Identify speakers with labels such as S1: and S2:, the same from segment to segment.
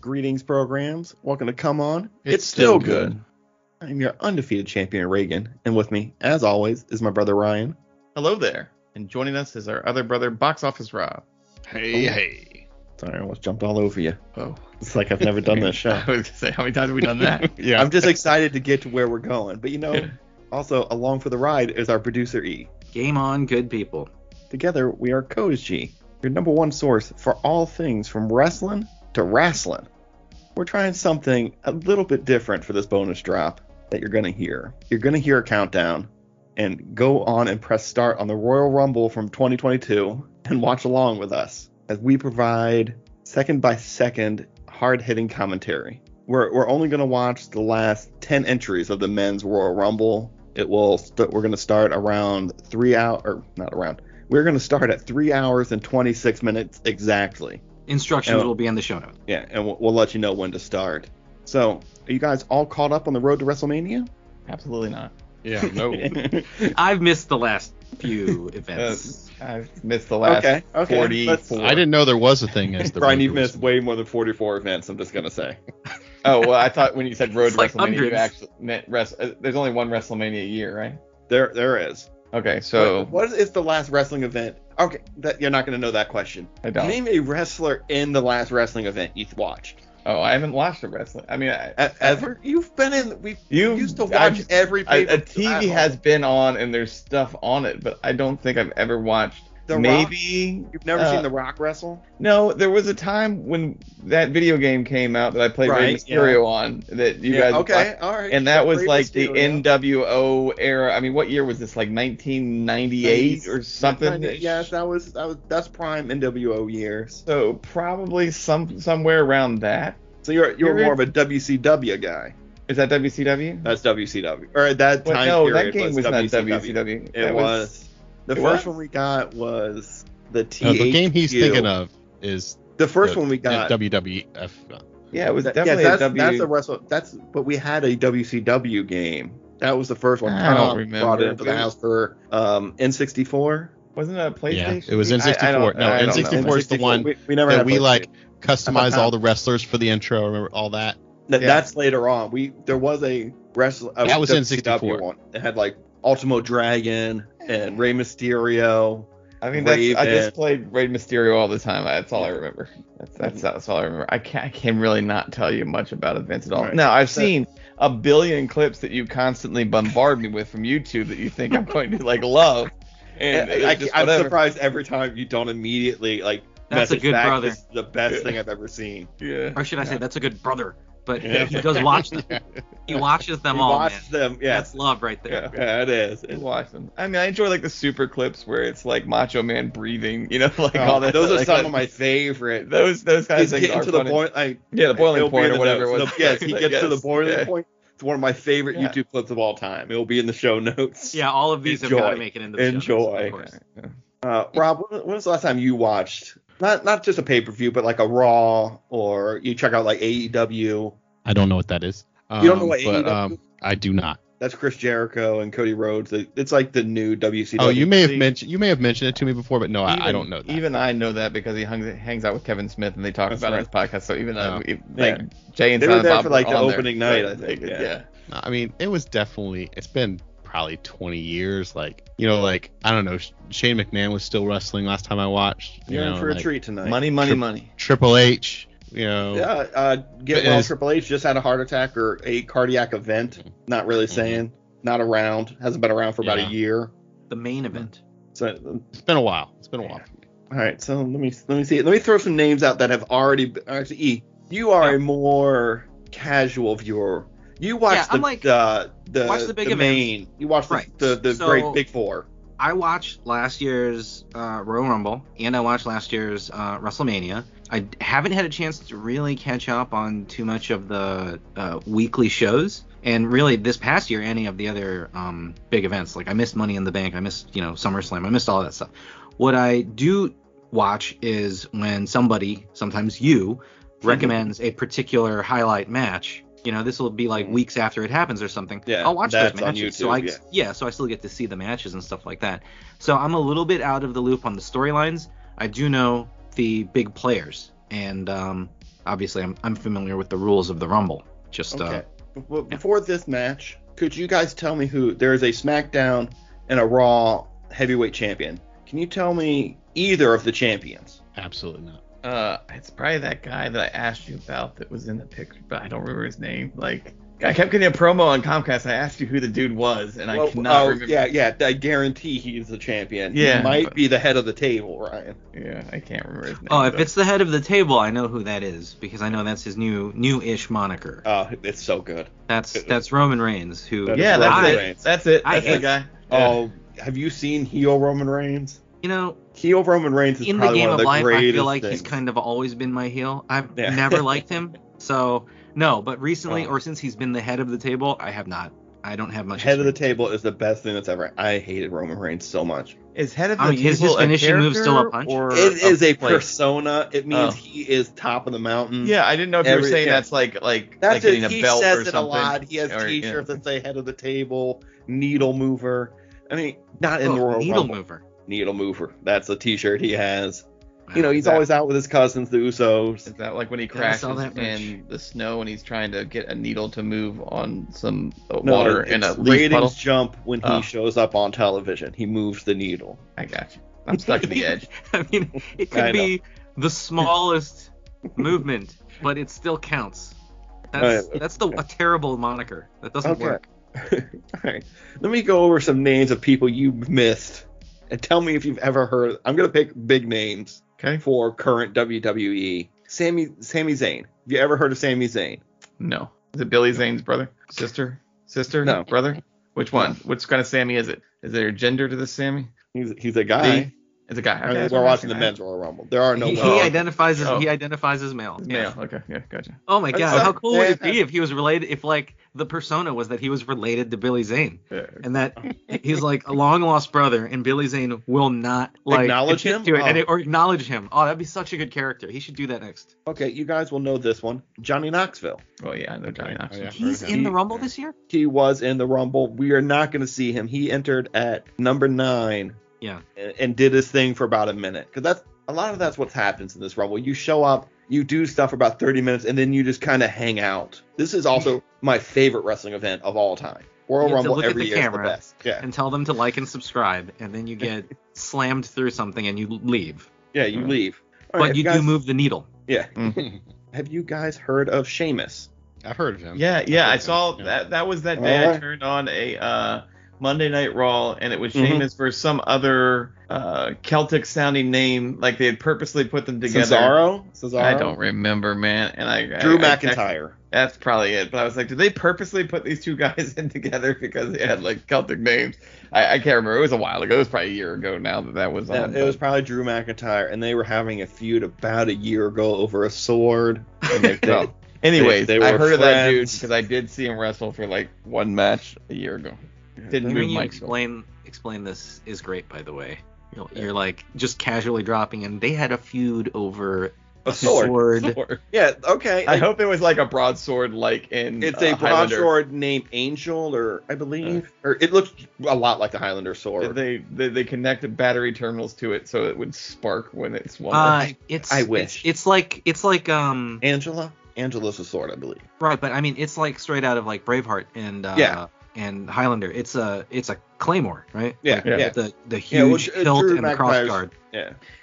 S1: Greetings programs. Welcome to Come On. It's, still good. I'm your undefeated champion, Reagan, and with me, as always, is my brother Ryan. Hello there. And joining us is our other brother, Box Office Rob.
S2: Hey,
S1: Oh.
S2: hey.
S1: Sorry, I almost jumped all over you.
S2: Oh,
S1: It's like I've never done this show.
S2: I was gonna say, how many times have we done that?
S1: yeah. I'm just excited to get to where we're going. But you know, also along for the ride is our producer E.
S3: Game on, good people.
S1: Together, we are Codes G, your number one source for all things from wrestling to wrestling. We're trying something a little bit different for this bonus drop that you're going to hear. You're going to hear a countdown and go on and press start on the Royal Rumble from 2022 and watch along with us as we provide second by second hard hitting commentary. We're, we're only going to watch the last 10 entries of the men's Royal Rumble. It will st- we're going to start around 3 hour or not around we're going to start at three hours and 26 minutes exactly.
S3: Instructions
S1: Oh.
S3: will be in the show notes.
S1: Yeah, and we'll, we'll let you know when to start. So, are you guys all caught up on the road to WrestleMania?
S2: Absolutely not.
S4: Yeah,
S1: Oh.
S4: no.
S3: I've missed the last few events.
S2: I've missed the last
S1: Okay, okay,
S2: 44.
S4: I didn't know there was a thing as the
S1: Brian, you've
S4: Road to
S1: missed
S4: WrestleMania.
S1: way more than 44 events, I'm just going to say.
S2: Oh, well, I thought when you said Road
S3: It's
S2: to
S3: like
S2: WrestleMania, you
S3: hundreds.
S2: actually meant rest, uh, there's only one WrestleMania a year, right?
S1: There, There is.
S2: Okay, so
S1: What- what is the last wrestling event? Okay, that, you're not going to know that question.
S2: I don't.
S1: Name a wrestler in the last wrestling event you watched.
S2: Oh, I haven't watched a wrestling. I mean, I,
S1: E- Ever? You've been in. We
S2: You-
S1: used to
S2: I
S1: watch
S2: just-
S1: every
S2: I,
S1: pay-per-view
S2: a TV
S1: at
S2: has
S1: all.
S2: been on and there's stuff on it, but I don't think I've ever watched.
S1: The Rock.
S2: Maybe
S1: You've never
S2: uh,
S1: seen The Rock wrestle?
S2: No, there was a time when that video game came out that I played Rey
S1: Right, yeah.
S2: Mysterio on that you
S1: Yeah,
S2: guys
S1: okay, all right.
S2: and that was
S1: Rey
S2: like the
S1: Mysterio.
S2: NWO era. I mean, what year was this? Like 1998 or something?
S1: Yes, that was that was that's prime NWO years.
S2: So probably some somewhere around that.
S1: So you're you're
S2: Period.
S1: more of a WCW guy.
S2: Is that WCW?
S1: That's WCW. Or at that
S2: Well,
S1: time
S2: no,
S1: period
S2: that game was,
S1: was,
S2: not
S1: WCW.
S2: WCW.
S1: It
S2: That
S1: was the
S2: it
S1: first
S2: was?
S1: one we got was the THQ.
S4: No, Uh, the game he's thinking of is
S1: The first
S4: the-
S1: one we got.
S4: the WWF.
S2: Yeah, it was
S1: that-
S2: definitely
S1: yes, that's,
S2: a W.
S1: that's a wrestle. That's but we had a WCW game. That was the first one.
S2: I don't
S1: Tom Brought
S2: remember.
S1: it into the house for um, N64.
S2: wasn't that a
S4: Yeah,
S2: PlayStation?
S4: it was
S2: I- I
S4: N64.
S2: don't-
S4: No,
S2: I don't know.
S4: N64 is the
S1: N64.
S4: one
S1: we, we never
S4: that
S1: had
S4: we
S1: PlayStation.
S4: like customize
S1: How about
S4: all the wrestlers for the intro. Remember all that?
S1: That,
S2: Yeah.
S1: That's later on. We there was a wrestle. A
S4: That was
S1: WCW
S4: N64.
S1: One. It had like Ultimo Dragon and Rey Mysterio.
S2: I mean, that's, I
S1: Raven.
S2: just played Rey Mysterio all the time. That's all I remember. That's that's, that's all I remember. I can I can really not tell you much about events at all.
S1: Right.
S2: Now I've
S1: So-
S2: seen a billion clips that you constantly bombard me with from YouTube that you think I'm going to like love, and
S3: uh,
S1: I,
S2: it's just
S1: am
S2: whatever.
S1: surprised every time you don't immediately like.
S3: That's a
S1: message
S3: good
S1: back,
S3: brother.
S1: This is the best thing I've ever seen.
S2: Yeah.
S3: Or should I say, that's a good brother. But
S1: Yeah.
S3: he does watch them. He watches them
S1: you
S3: all,
S1: watch
S3: man.
S1: them.
S3: That's
S1: Yes.
S3: love right there.
S1: Yeah, it is.
S2: I Watch them. I mean, I enjoy like the super clips where it's like Macho Man breathing, you know, like all that.
S1: Oh, those are
S2: like,
S1: some
S2: that-
S1: of my favorite.
S2: Those those kinds
S1: He's
S2: of things
S1: getting
S2: are
S1: to the
S2: funny.
S1: point. I,
S2: Yeah, the boiling
S1: it'll be in
S2: point or
S1: the
S2: whatever
S1: notes.
S2: it was.
S1: The- yes, he gets to the
S2: Yes,
S1: boiling
S2: yeah.
S1: point. It's one of my favorite
S2: Yeah.
S1: YouTube clips of all time. It will be in the show notes.
S3: Yeah, all of these
S1: Enjoy.
S3: have got to make it into the show. notes,
S1: Enjoy.
S3: Of course.
S1: Uh, Rob, when when was the last time you watched not not just a pay per view, but like a Raw or you check out like E AEW?
S4: I don't know what that is. Um,
S1: You don't know what E
S4: but,
S1: AEW
S4: um, I do not.
S1: That's Chris Jericho and Cody Rhodes. It- It's like the new WCW.
S4: Oh, you may have
S2: see-
S4: mentioned you may have mentioned it to me before, but no, I, I
S2: Even-
S4: don't know that.
S2: Even I know that because he hung, hangs out with Kevin Smith and they talk
S1: That's Oh.
S2: about it on his podcast. So even though
S4: Yeah.
S2: if-
S1: Yeah.
S2: like Jay and
S1: They were
S2: Silent
S1: there
S2: Bob
S1: for, like,
S2: were
S1: the
S2: on
S1: opening
S2: there,
S1: night,
S2: so
S1: I think,
S2: they-
S1: yeah.
S4: No, I mean, it was definitely. It's been probably 20 years. Like you know, like I don't know. Sh- Shane McMahon was still wrestling last time I watched. You
S1: You're
S4: know,
S1: in for
S4: like
S1: a treat tonight.
S2: Money, money,
S4: Trip-
S2: money.
S4: Triple H. You know.
S1: Yeah, uh, get
S4: But
S1: well.
S4: it's-
S1: Triple H just had a heart attack or a cardiac event. Not really
S4: Mhm.
S1: saying. Not around. Hasn't been around for about
S4: Yeah.
S1: a year.
S3: The main event.
S1: So
S4: It's been a while. It's been a while.
S1: All right, so let me let me see. Let me throw some names out that have already. Been, actually, E, you are a more casual viewer. You watch
S3: Yeah,
S1: the
S3: I'm like-
S1: uh, the
S3: watch the big events.
S1: main. You watch the
S3: Right.
S1: the, the
S3: So-
S1: great big four.
S3: I watched last year's uh, Royal Rumble and I watched last year's uh, WrestleMania. I d- haven't had a chance to really catch up on too much of the uh, weekly shows, and really this past year, any of the other um, big events. Like I missed Money in the Bank, I missed you know SummerSlam, I missed all that stuff. What I do watch is when somebody, sometimes you, recommends a particular highlight match. You know, this will be like
S1: Mhm.
S3: weeks after it happens or something.
S1: Yeah,
S3: I'll watch those
S1: that's on
S3: matches. so
S1: YouTube,
S3: I
S1: yeah.
S3: so I still get to see the matches and stuff like that. So I'm a little bit out of the loop on the storylines. I do know the big players, and um, obviously I'm, I'm familiar with the rules of the Rumble. Just uh,
S1: Okay. B- b- Before this match, could you guys tell me who there is a SmackDown and a Raw heavyweight champion? Can you tell me either of the champions?
S4: Absolutely not.
S2: Uh, it's probably that guy that I asked you about that was in the picture, but I don't remember his name. Like, I kept getting a promo on Comcast. I asked you who the dude was, and I
S1: Well,
S2: cannot
S1: oh,
S2: remember.
S1: Yeah, yeah. I guarantee he's the champion.
S2: Yeah,
S1: he might
S2: but-
S1: be the head of the table, Ryan.
S2: Yeah, I can't remember his name.
S3: oh, if
S2: but-
S3: it's the head of the table, I know who that is because I know that's his new new-ish moniker.
S1: Oh, it's so good.
S3: That's that's Roman Reigns who
S1: That is
S2: yeah, that's
S1: Roman
S2: it.
S1: Reigns.
S2: That's it.
S3: I
S2: That's the
S3: hate-
S2: guy.
S1: Oh, have you seen heel Roman Reigns?
S3: you know
S1: Heel Roman Reigns is
S3: in the
S1: probably
S3: game
S1: one
S3: of
S1: of the
S3: life I
S1: greatest
S3: feel like
S1: things.
S3: he's kind of always been my heel. I've
S1: Yeah.
S3: never liked him. So no, but recently
S1: Oh.
S3: or since he's been the head of the table, I have not. I don't have much
S1: Head of the
S3: experience.
S1: table is the best thing that's ever. I hated Roman Reigns so much.
S2: Is head of the
S3: I mean,
S2: table
S3: is his finishing
S2: a
S3: move still a
S2: character
S3: punch?
S2: Or
S1: It is a
S2: place?
S1: persona. It means
S2: Oh.
S1: he is top of the mountain.
S2: Yeah, I didn't know if you were
S1: Mm-hmm. Every-
S2: saying
S1: yeah.
S2: that's like like
S1: That's
S2: like
S1: it.
S2: getting a
S1: he
S2: belt or
S1: says
S2: something.
S1: it a lot. He has
S2: or, yeah.
S1: T-shirts that say "Head of the Table," "Needle Mover." I mean, not in the
S3: Oh,
S1: Royal
S3: needle
S1: Rumble.
S3: mover.
S1: Needle Mover. That's a T-shirt he has. You know,
S3: Wow.
S1: he's
S2: that-
S1: always out with his cousins, the Usos.
S2: Is that like when he
S3: Yeah, I
S2: crashes
S3: saw that
S2: in the snow and he's trying to get a needle to move on some uh,
S1: No,
S2: water
S1: it's
S2: in a leaf
S1: ratings
S2: puddle?
S1: jump when he
S2: Oh.
S1: shows up on television. He moves the needle.
S2: I got you. I'm stuck at the edge.
S3: I mean, it
S1: I
S3: could
S1: know.
S3: be the smallest movement, but it still counts. That's
S1: Alright,
S3: that's the a terrible moniker. That doesn't
S1: Oh, Okay.
S3: work.
S1: All right, let me go over some names of people you missed, and tell me if you've ever heard. I'm gonna pick big names
S2: Okay.
S1: for current WWE. Sammy, Sammy Zayn. Have you ever heard of Sammy Zayn?
S2: No. Is it Billy Zane's brother? Sister? Sister?
S1: No.
S2: Brother? Which one? Which kind of Sammy is it? Is there a gender to this Sammy?
S1: He's he's a guy.
S2: The- It's a guy.
S1: I
S2: Okay,
S1: mean,
S2: that's what
S1: we're
S2: I'm
S1: watching the
S2: asking.
S1: men's Royal Rumble. There are no.
S3: he, he
S1: women.
S3: identifies as
S2: Oh.
S3: he identifies as male.
S2: It's
S3: Yeah.
S2: male. Okay. Yeah. Gotcha.
S3: Oh my
S1: That's
S3: god, how
S1: so-
S3: cool would it
S1: yeah.
S3: be if he was related? If like the persona was that he was related to Billy Zane,
S2: Yeah.
S3: and that he's like a long lost brother, and Billy Zane will not like
S1: Acknowledge
S3: admit
S1: him?
S3: to it and
S1: Oh.
S3: it- or acknowledge him. Oh, that'd be such a good character. He should do that next.
S1: Okay, you guys will know this one. Johnny Knoxville.
S2: Oh yeah. I know Johnny
S4: Okay.
S2: Knoxville.
S4: Oh, yeah. I've heard
S3: He's
S4: of
S3: in
S4: him.
S3: the Rumble
S4: Yeah.
S3: this year.
S1: He was in the Rumble. We are not going to see him. He entered at number nine.
S3: Yeah.
S1: And, and did his thing for about a minute because that's a lot of that's what happens in this Rumble. You show up, you do stuff for about 30 minutes, and then you just kind of hang out. This is also my favorite wrestling event of all time. Royal
S3: You have to
S1: Rumble
S3: look at
S1: every
S3: the
S1: year
S3: camera.
S1: is the best. Yeah.
S3: and tell them to like and subscribe, and then you get slammed through something and you leave.
S1: Yeah. You
S2: Mm.
S1: leave. All
S3: but
S1: right,
S3: you
S1: guys-
S3: do move the needle.
S1: Yeah.
S2: Mm.
S1: Have you guys heard of Sheamus?
S4: I've heard of him.
S2: Yeah, Um, yeah, I
S4: Okay.
S2: saw
S4: Yeah.
S2: that. That was that day I
S1: Alright.
S2: turned on a uh, Monday Night Raw, and it was
S1: Mhm.
S2: Sheamus versus some other uh, Celtic-sounding name. Like they had purposely put them together.
S1: Cesaro? Cesaro?
S2: I don't remember, man. And I
S1: Drew
S2: I- I-
S1: McIntyre.
S2: that's probably it. But I was like, did they purposely put these two guys in together because they had like Celtic names? I, I can't remember. It was a while ago. It was probably a year ago now that that was
S1: Yeah,
S2: on.
S1: it was probably Drew McIntyre, and they were having a feud about a year ago over a sword.
S2: And they felt- Anyways,
S1: they
S2: I
S1: were
S2: heard of that dude
S1: friends.
S2: because I did see him wrestle for like one match a year ago. Didn't
S3: Hearing
S2: move
S3: you
S2: my
S3: explain explain this is great, by the way. You're, you're like just casually dropping, and they had a feud over
S1: A sword.
S2: sword.
S1: Yeah, okay.
S2: I
S1: like,
S2: hope it was like a broadsword, like in
S1: it's
S2: uh,
S1: a
S2: Highlander. Uh.
S1: broadsword named Angel, or I believe, or it looks a lot like the Highlander sword.
S2: They, they they connected battery terminals to it so it would spark when it swung.
S3: Uh, it's
S1: Ah, I
S3: it's-
S1: wish.
S3: it's, like it's like um
S1: Angela, Angela's a sword, I believe.
S3: right, but I mean it's like straight out of like Braveheart and uh,
S1: Yeah.
S3: and Highlander. It's a it's a claymore, right?
S1: Yeah,
S2: Yeah.
S1: yeah, yeah.
S3: The the
S1: Yeah, well,
S3: huge
S1: Drew
S3: tilt and the cross
S1: McIntyre's-
S3: guard.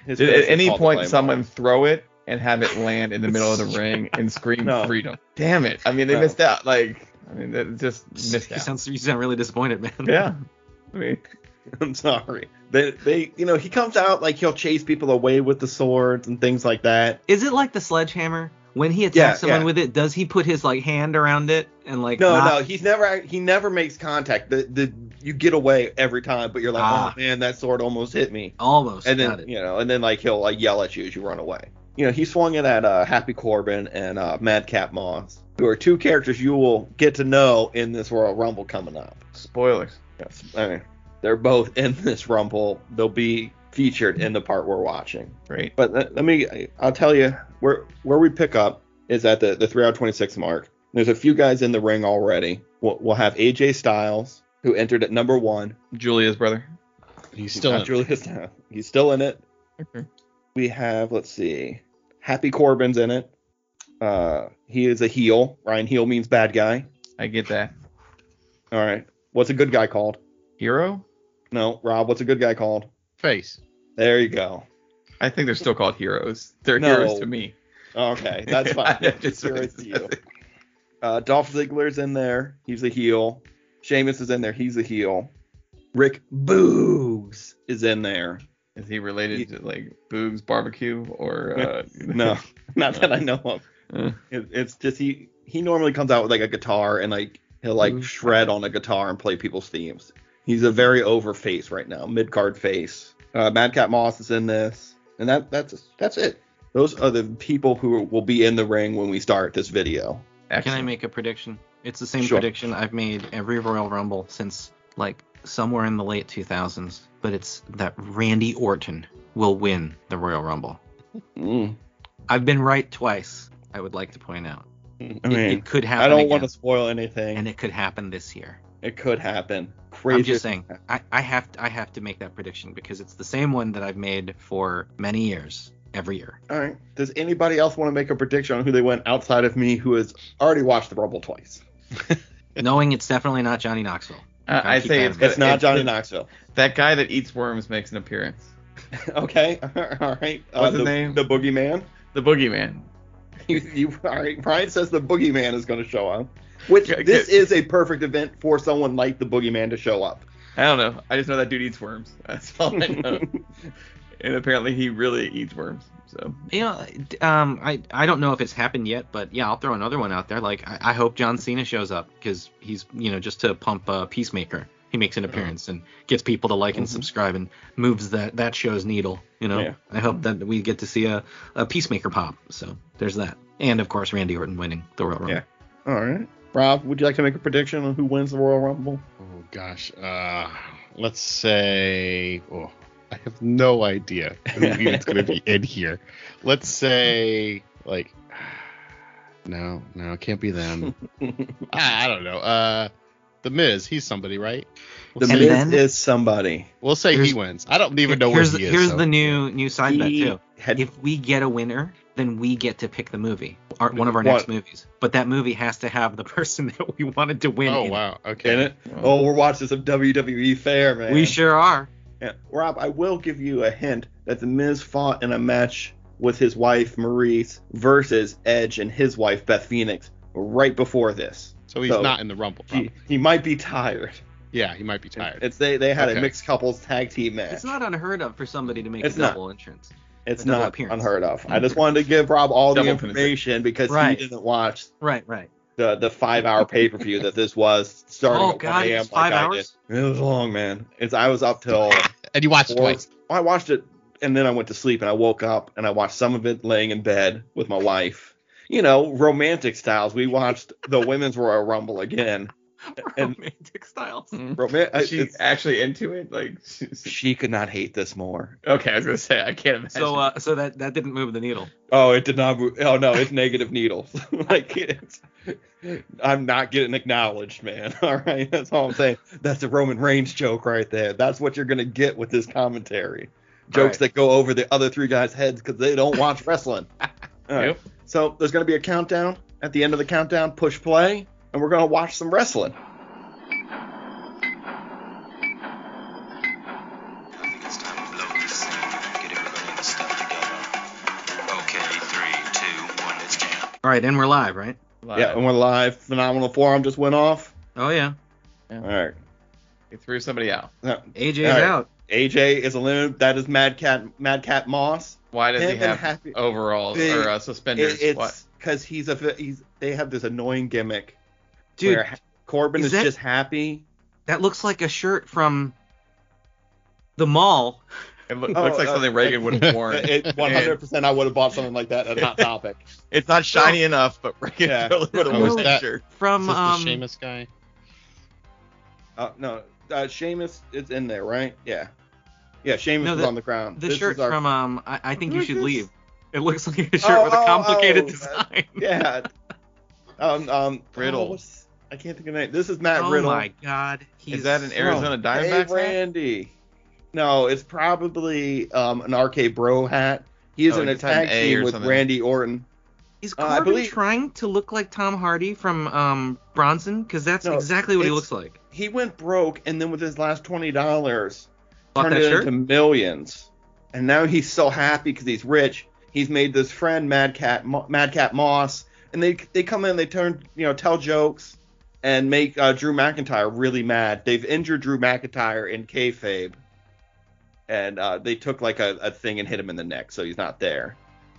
S1: His
S2: Did
S1: finish
S2: at
S1: is
S2: any
S1: called the
S2: point
S1: Claymore.
S2: someone throw it and have it land in the middle of the ring and scream
S1: No.
S2: freedom? Damn it! I mean, they
S1: No.
S2: missed out. Like, I mean, they just missed
S3: You
S2: out.
S3: sound, you sound really disappointed, man.
S2: yeah. I mean,
S1: I'm sorry. They, they, you know, he comes out like he'll chase people away with the swords and things like that.
S3: Is it like the sledgehammer? When he attacks
S1: Yeah,
S3: someone
S1: yeah.
S3: with it, does he put his like hand around it and like
S1: No,
S3: not-
S1: no, he's never he never makes contact. The the you get away every time, but you're like,
S3: Ah.
S1: oh man, that sword almost hit me.
S3: almost
S1: And
S3: got
S1: then
S3: it.
S1: you know, and then like he'll like yell at you as you run away. You know, he swung it at uh, Happy Corbin and uh, Madcap Moss, who are two characters you will get to know in this Royal Rumble coming up.
S2: spoilers.
S1: Yes. I mean, they're both in this Rumble. They'll be featured in the part we're watching.
S2: Great.
S1: But let, let me, I'll tell you where where we pick up is at the the three hour twenty six mark. There's a few guys in the ring already. We'll, we'll have AJ Styles, who entered at number one.
S2: Julia's brother.
S4: He's still
S1: Not
S4: in.
S1: Julia Styles. He's still in it.
S2: Okay.
S1: We have, let's see, Happy Corbin's in it. Uh, he is a heel. Ryan heel means bad guy.
S2: I get that.
S1: All right. What's a good guy called?
S2: Hero?
S1: No, Rob. What's a good guy called?
S4: Face.
S1: There you go.
S2: I think they're still called heroes. They're
S1: No.
S2: heroes to me.
S1: Okay, that's fine.
S2: I just-
S1: Here it's you. Uh, Dolph Ziggler's in there. He's a heel. Sheamus is in there. He's a heel. Rick Boogs is in there.
S2: Is he related to like Boogs Barbecue or uh,
S1: No, not that I know of.
S2: Uh.
S1: It, it's just he he normally comes out with like a guitar and like he'll like
S2: Mhm.
S1: shred on a guitar and play people's themes. He's a very over face right now, mid card face. Uh, Madcap Moss is in this, and that that's that's it. Those are the people who will be in the ring when we start this video.
S3: Can I
S2: Excellent.
S3: make a prediction? It's the same
S1: Sure.
S3: prediction I've made every Royal Rumble since like somewhere in the late 2000s, but it's that Randy Orton will win the Royal Rumble.
S1: Mm.
S3: I've been right twice. I would like to point out.
S1: I
S3: It-
S1: mean,
S3: it, could happen.
S1: I don't
S3: again,
S1: want to spoil anything.
S3: and it could happen this year.
S1: It could happen. Crazy.
S3: I'm just saying. I, I have I have to make that prediction because it's the same one that I've made for many years, every year.
S1: All right. Does anybody else want to make a prediction on who they went outside of me, who has already watched the Rumble twice?
S3: Knowing it's definitely not Johnny Knoxville.
S2: Uh, I
S3: Keep
S2: say
S3: that
S2: it's,
S3: in
S2: gonna-
S1: It's not
S2: it-
S1: Johnny Knoxville.
S2: That guy that eats worms makes an appearance.
S1: okay. All right. Uh,
S2: What's his
S1: the,
S2: name?
S1: The boogeyman.
S2: The Boogeyman.
S1: You, you, all right. Brian says the boogeyman is going to show up, which
S2: Okay.
S1: this is a perfect event for someone like the boogeyman to show up.
S2: I don't know. I just know that dude eats worms. That's all I know. and apparently he really eats worms. So
S3: You know, d- um, I I don't know if it's happened yet, but yeah, I'll throw another one out there. Like I, I hope John Cena shows up because he's you know just to pump uh, Peacemaker. He makes an appearance and gets people to like and
S1: Mhm.
S4: Mm-hmm.
S3: subscribe and moves that that show's needle. You know,
S1: Yeah.
S3: I hope that we get to see a, a Peacemaker pop. So there's that, and of course Randy Orton winning the Royal Rumble.
S1: Yeah. All right. Rob, would you like to make a prediction on who wins the Royal Rumble?
S4: Oh gosh. Uh, let's say. Oh, I have no idea who it's gonna be in here. Let's say like. No, no, it can't be them. I, I don't know. Uh, the Miz, he's somebody, right?
S1: The
S4: We'll
S3: And
S4: say,
S1: Miz
S3: then-
S1: is somebody.
S4: we'll say
S3: here's-
S4: he wins. I don't even know where
S3: here's
S4: he is.
S3: here's
S4: so-
S3: the new new side bet
S1: He
S3: too.
S1: had-
S3: If we get a winner, then we get to pick the movie, our, one of our next movies. But that movie has to have the person that we wanted to win.
S4: Oh
S3: in it.
S4: wow. Okay.
S1: in it. Oh, we're watching some WWE fair, man.
S3: We sure are.
S1: Yeah. Rob, I will give you a hint that the Miz fought in a match with his wife Maurice versus Edge and his wife Beth Phoenix right before this.
S4: So he's
S1: So-
S4: not in the Rumble.
S1: He,
S4: probably.
S1: he might be tired.
S4: Yeah, he might be tired.
S1: It's they they had a
S4: Okay.
S1: mixed couples tag team match.
S3: It's not unheard of for somebody to make
S1: It's
S3: a
S1: not.
S3: double entrance.
S1: It's
S3: a double
S1: not
S3: appearance. Mm-hmm.
S1: unheard of. I just wanted to give Rob all the
S2: Double
S1: information because
S3: Right.
S1: he didn't watch
S3: Right, right.
S1: the the five hour pay per view that this was starting
S3: Oh,
S1: at
S3: God,
S1: 1 a.m.
S3: it's five
S1: like
S3: hours?
S1: I did. It was long, man. It's I was up till.
S4: And you watched
S1: Or-
S4: twice.
S1: I watched it and then I went to sleep and I woke up and I watched some of it laying in bed with my wife. You know, romantic styles. We watched the women's Royal Rumble again. And-
S3: Romantic styles.
S1: Roman- I-
S2: Mm. Is she
S1: it's-
S2: actually into it? Like, she's-
S1: she could not hate this more.
S2: okay, I was gonna say I can't imagine.
S3: So, uh, so that that didn't move the needle.
S1: Oh, it did not. Move. Oh no, it's negative needles. like it's, I'm not getting acknowledged, man. All right, that's all I'm saying. That's a Roman Reigns joke right there. That's what you're gonna get with this commentary. Jokes that go over the other three guys' heads because they don't watch wrestling. All right.
S2: Yep.
S1: So there's gonna be a countdown. At the end of the countdown, push play, and we're gonna watch some wrestling.
S5: I think it's time to blow this scene and get everybody in the stuff together. Okay, three, two, one, let's jam.
S3: All right, and we're live, right?
S2: Live.
S1: Yeah, and we're live. Phenomenal forearm just went off.
S3: Oh yeah.
S1: All right.
S2: He threw somebody out.
S1: Now,
S3: AJ's
S1: All right.
S3: out.
S1: AJ is eliminated. That is Mad Cat. Mad Cat Moss.
S2: Why does he
S1: Him and
S2: have Oh,
S1: Happy-
S2: overalls
S1: Big-
S2: or uh, suspenders?
S1: It, it's
S2: what?
S1: because he's a he's they have this annoying gimmick
S3: Dude,
S1: where Ha- Corbin
S3: is
S1: is,
S3: that-
S1: just happy.
S3: that looks like a shirt from the mall.
S2: It loo-
S1: Oh,
S2: looks like
S1: uh,
S2: something Reagan would have worn.
S1: It, it- 100% I would have bought something like that at Hot Topic.
S2: it's not shiny enough, but Reagan
S1: Yeah.
S2: totally would have
S4: Oh,
S2: worn
S4: is
S2: that
S4: that-
S2: shirt.
S4: Is
S3: From
S4: this
S3: um,
S4: the Sheamus guy?
S1: Uh, no, uh, Sheamus is in there, right? Yeah, yeah. Sheamus
S3: No,
S1: is
S3: the-
S1: on the ground.
S3: the
S1: This is
S3: shirt
S1: our-
S3: from um, I, I think you
S1: Who's
S3: should
S1: this?
S3: leave. It looks like a shirt
S1: Oh,
S3: with a
S1: oh, oh,
S3: complicated
S1: uh,
S3: design.
S1: yeah. Um, um,
S2: Riddle.
S1: oh, what's- I can't think of the name. This is Matt
S3: oh
S1: Riddle.
S3: my God. He's
S2: Is that an Arizona
S1: Hey,
S2: Diamondbacks? hat?
S1: Randy. No, it's probably um, an RK Bro hat. He is
S2: Oh,
S1: in
S2: you
S1: a
S2: just had an
S3: Oh,
S1: tag
S2: A
S1: team
S2: or
S1: with
S2: something.
S1: Randy Orton.
S3: Is
S1: Uh, I
S3: Corbin
S1: believe-
S3: trying to look like Tom Hardy from um, Bronson? Because that's
S1: No,
S3: exactly what he
S1: it's-
S3: looks like.
S1: He went broke, and then with his last twenty dollars,
S3: Bought
S1: turned
S3: that
S1: it
S3: shirt.
S1: into millions. And now he's so happy because he's rich. He's made this friend Mad Cat, Mo- Mad Cat Moss, and they they come in, they turn, you know, tell jokes, and make uh, Drew McIntyre really mad. They've injured Drew McIntyre in kayfabe, and uh, they took like a, a thing and hit him in the neck, so he's not there.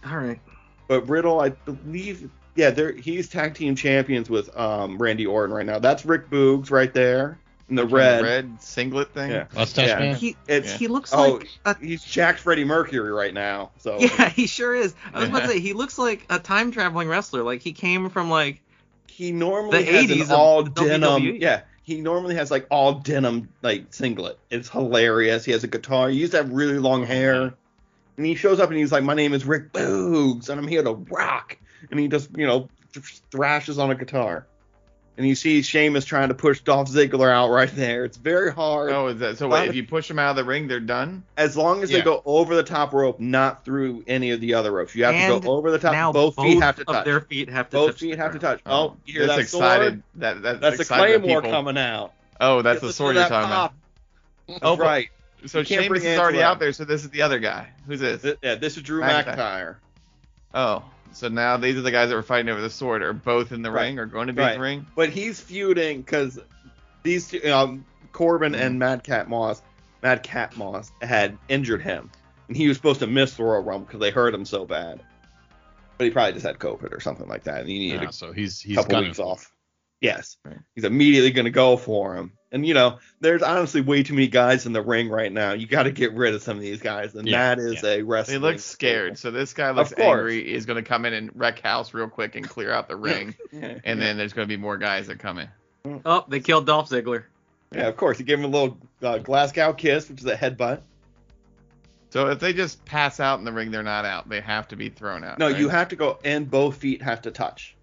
S3: All right.
S1: But Riddle, I believe, yeah, they're, he's tag team champions with um, Randy Orton right now. That's Rick Boogs right there in the red.
S2: red singlet thing.
S1: Yeah.
S4: Mustache
S1: Yeah.
S4: man.
S3: He
S2: It's-
S3: he looks
S1: Oh,
S3: like a
S1: He's Jack Freddie Mercury right now. So
S3: yeah, he sure is. I was about to
S2: Yeah.
S3: say he looks like a time traveling wrestler. Like he came from like
S1: he normally
S3: The
S1: has
S3: 80s
S1: an
S3: of
S1: all
S3: WWE.
S1: denim. Yeah, he normally has like all denim like singlet. It's hilarious. He has a guitar. He used to have really long hair, and he shows up and he's like, "My name is Rick Boogs, and I'm here to rock." And he just you know th- thrashes on a guitar. And you see Sheamus trying to push Dolph Ziggler out right there. It's very hard.
S2: Oh, is that so? Wait, if you push them out of the ring, they're done.
S1: As long as
S4: Yeah.
S1: they go over the top rope, not through any of the other ropes. You have
S3: And
S1: to go over the top.
S3: now
S1: Both, feet have to
S3: of
S1: touch.
S3: their feet have to
S1: Both
S3: touch the
S1: feet have to
S3: ground.
S1: touch. Oh, you hear
S2: that's
S1: that
S2: excited.
S1: sword?
S2: That, that's,
S1: That's a
S2: excited
S1: claymore
S2: people.
S1: coming out.
S2: Oh, that's
S1: Get
S2: the
S1: listen
S2: sword
S1: to
S2: you're
S1: that
S2: talking about.
S1: pop. That's
S2: Oh, but-
S1: right.
S2: So
S1: You can't
S2: Sheamus
S1: bring
S2: is
S1: Angela
S2: already
S1: out.
S2: out there. So this is the other guy. Who's this?
S1: Th- yeah, this is Drew
S2: McIntyre.
S1: McIntyre.
S2: Oh, so now these are the guys that were fighting over the sword. Are both in the
S1: Right.
S2: ring? Or going to be
S1: Right.
S2: in the ring?
S1: But he's feuding because these two, um, Corbin
S2: Mm-hmm.
S1: and Mad Cat Moss, Mad Cat Moss had injured him, and he was supposed to miss the Royal Rumble because they hurt him so bad. But he probably just had COVID or something like that, and he needed
S4: Yeah, so he's
S1: a
S4: he's
S1: couple
S4: gunning
S1: weeks
S4: for it.
S1: off. Yes,
S2: Right.
S1: he's immediately going to go for him. And you know, there's honestly way too many guys in the ring right now. You got to get rid of some of these guys, and
S4: Yeah,
S1: that is a wrestling.
S2: They look scared. So this guy looks
S1: course.
S2: angry. He's going to come in and wreck house real quick and clear out the ring.
S1: Yeah.
S2: and then there's going to be more guys that come in.
S3: Oh, they killed Dolph Ziggler.
S1: Yeah, of course. He gave him a little uh, Glasgow kiss, which is a headbutt.
S2: So if they just pass out in the ring, they're not out. They have to be thrown out.
S1: No,
S2: right?
S1: you have to go, and both feet have to touch.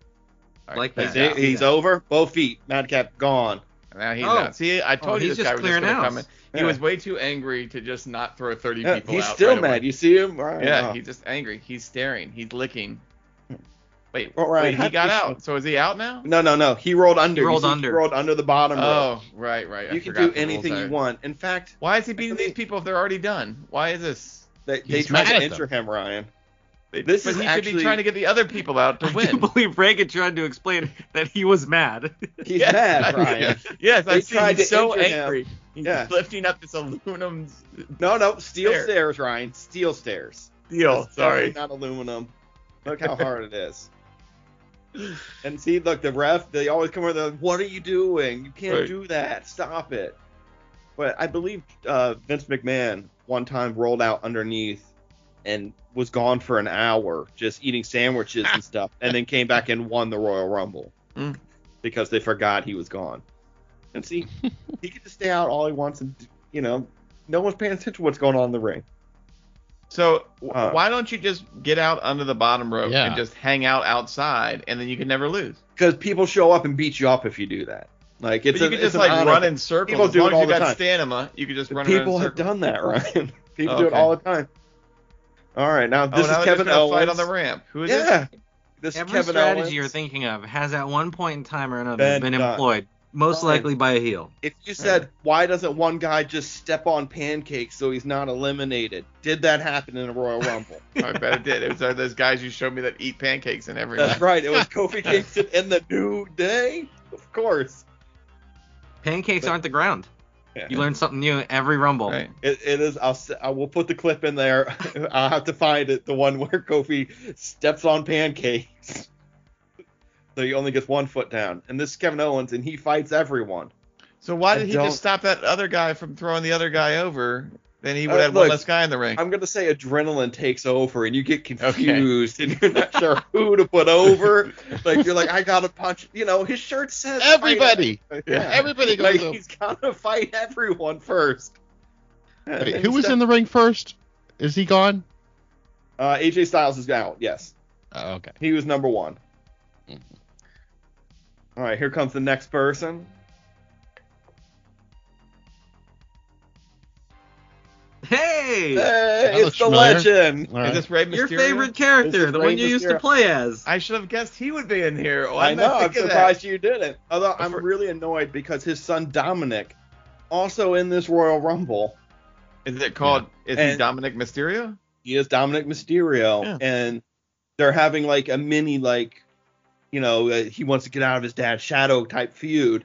S2: All
S3: like
S2: he's
S3: that.
S1: They-
S2: out.
S1: he's over, both feet. Madcap gone.
S2: Now he's
S3: Oh.
S2: out. See, I told
S3: Oh,
S2: you
S3: he's
S2: this guy
S3: just
S2: was just
S3: clearing
S2: going to come
S3: house.
S2: in. He
S1: Yeah.
S2: was way too angry to just not throw 30
S1: Yeah,
S2: people
S1: he's
S2: out.
S1: still
S2: right
S1: mad.
S2: away.
S1: You see him? All right,
S2: Yeah,
S1: uh,
S2: he's just angry. He's staring. He's licking. Wait,
S1: All right,
S2: wait,
S1: how
S2: he
S1: do
S2: got
S1: you-
S2: out. So is he out now?
S1: No, no, no. He rolled under. You
S3: rolled
S1: see
S3: under.
S1: rolled under the bottom. rope.
S2: Oh, right, right. I
S1: you can
S2: forgot
S1: do
S2: the rules
S1: anything
S2: there.
S1: you want. In fact,
S2: Why is he beating
S1: believe-
S2: these people if they're already done? Why is this?
S1: they, they
S4: He's
S1: tried
S4: mad
S1: to
S4: at
S1: injure him, Ryan.
S2: They-
S1: This
S2: but
S1: is
S2: he should
S1: actually-
S2: be trying to get the other people out to
S3: I can't
S2: win.
S3: believe Reagan tried to explain that he was mad.
S1: He's
S2: Yes,
S1: mad,
S2: I-
S1: Ryan.
S2: Yes,
S1: They
S2: I see.
S1: tried to
S2: He's so
S1: injure him.
S2: angry. He's
S1: Yeah.
S2: lifting up this aluminum
S1: No, no. Steel
S2: Stairs.
S1: stairs, Ryan. Steel stairs.
S2: steel.
S1: That's
S2: Oh, Sorry.
S1: definitely Not aluminum. Look how hard it is. And see, look, the ref, they always come over the, what are you doing? You can't
S2: Right.
S1: do that. Stop it. But I believe uh, Vince McMahon one time rolled out underneath and was gone for an hour just eating sandwiches and stuff, and then came back and won the Royal Rumble
S2: Mm.
S1: because they forgot he was gone. And see, he could just stay out all he wants and, you know, no one's paying attention to what's going on in the ring.
S2: So w-
S1: Uh,
S2: why don't you just get out under the bottom rope
S4: Yeah.
S2: and just hang out outside, and then you can never lose.
S1: because people show up and beat you up if you do that. Like it's
S2: but you
S1: a,
S2: can
S1: it's
S2: just
S1: an
S2: like
S1: honor.
S2: run in circles.
S1: People
S2: as
S1: do
S2: long
S1: it
S2: as
S1: all
S2: you
S1: the
S2: got
S1: time.
S2: stamina, you can just run
S1: People
S2: around in
S1: have
S2: circles.
S1: done that, Ryan. people
S2: Oh,
S1: do it
S2: okay.
S1: all the time. All right, now this
S2: oh, now
S1: is
S2: they're
S1: Kevin
S2: just gonna
S1: Owens.
S2: Fight on the ramp. Who is this?
S1: yeah, this
S3: Every
S1: is Kevin
S3: strategy
S1: Owens.
S3: you're thinking of has at one point in time or another
S1: Been
S3: been,
S1: done.
S3: employed, most
S1: Done.
S3: likely by a heel.
S1: if you said why doesn't one guy just step on pancakes so he's not eliminated? Did that happen in a Royal Rumble?
S2: I bet it did. It was uh, those guys you showed me that eat pancakes and everything.
S1: That's right. It was Kofi Kingston and the New Day, of course.
S3: Pancakes
S1: But-
S3: aren't the ground.
S1: Yeah.
S3: You learn something new every rumble.
S2: Right.
S1: It, it is. I'll. s- I will put the clip in there. I'll have to find it. The one where Kofi steps on pancakes. So he only gets one foot down, and this is Kevin Owens, and he fights everyone.
S2: So why
S1: I
S2: did he
S1: don't-
S2: just stop that other guy from throwing the other guy over? Then he would
S1: Uh,
S2: have one
S1: look,
S2: less guy in the ring.
S1: I'm gonna say adrenaline takes over, and you get confused, and you're not sure who to put over. Like you're like, I gotta punch. You know, his shirt says fight
S4: Everybody,
S1: everyone.
S2: Yeah.
S1: Yeah,
S4: everybody goes.
S1: like
S4: over.
S1: he's gotta fight everyone first. And
S4: Wait,
S1: then
S4: who
S1: he
S4: was
S1: steps-
S4: in the ring first? Is he gone?
S1: Uh, AJ Styles is out. Yes.
S4: Oh, okay.
S1: He was number one.
S4: Mhm.
S1: Mm-hmm. All right, here comes the next person.
S3: Hey! Hey,
S1: Hey,
S4: looks
S1: it's the
S4: familiar.
S1: legend.
S4: All
S2: Is
S4: right.
S2: this Ray Mysterio?
S3: your favorite
S1: This
S3: character,
S1: is
S3: the
S1: Rey
S3: one you used to
S1: Mysterio.
S3: play as.
S2: I should have guessed he would be in here. Oh, Why
S1: I
S2: didn't
S1: know. I'm
S2: think of that?
S1: surprised you didn't. Although I'm
S2: For-
S1: really annoyed because his son Dominic, also in this Royal Rumble,
S2: Is it called? Is he
S1: And-
S2: Dominic Mysterio?
S1: he is Dominic Mysterio,
S4: Yeah.
S1: and they're having like a mini like, you know, uh, he wants to get out of his dad's shadow type feud,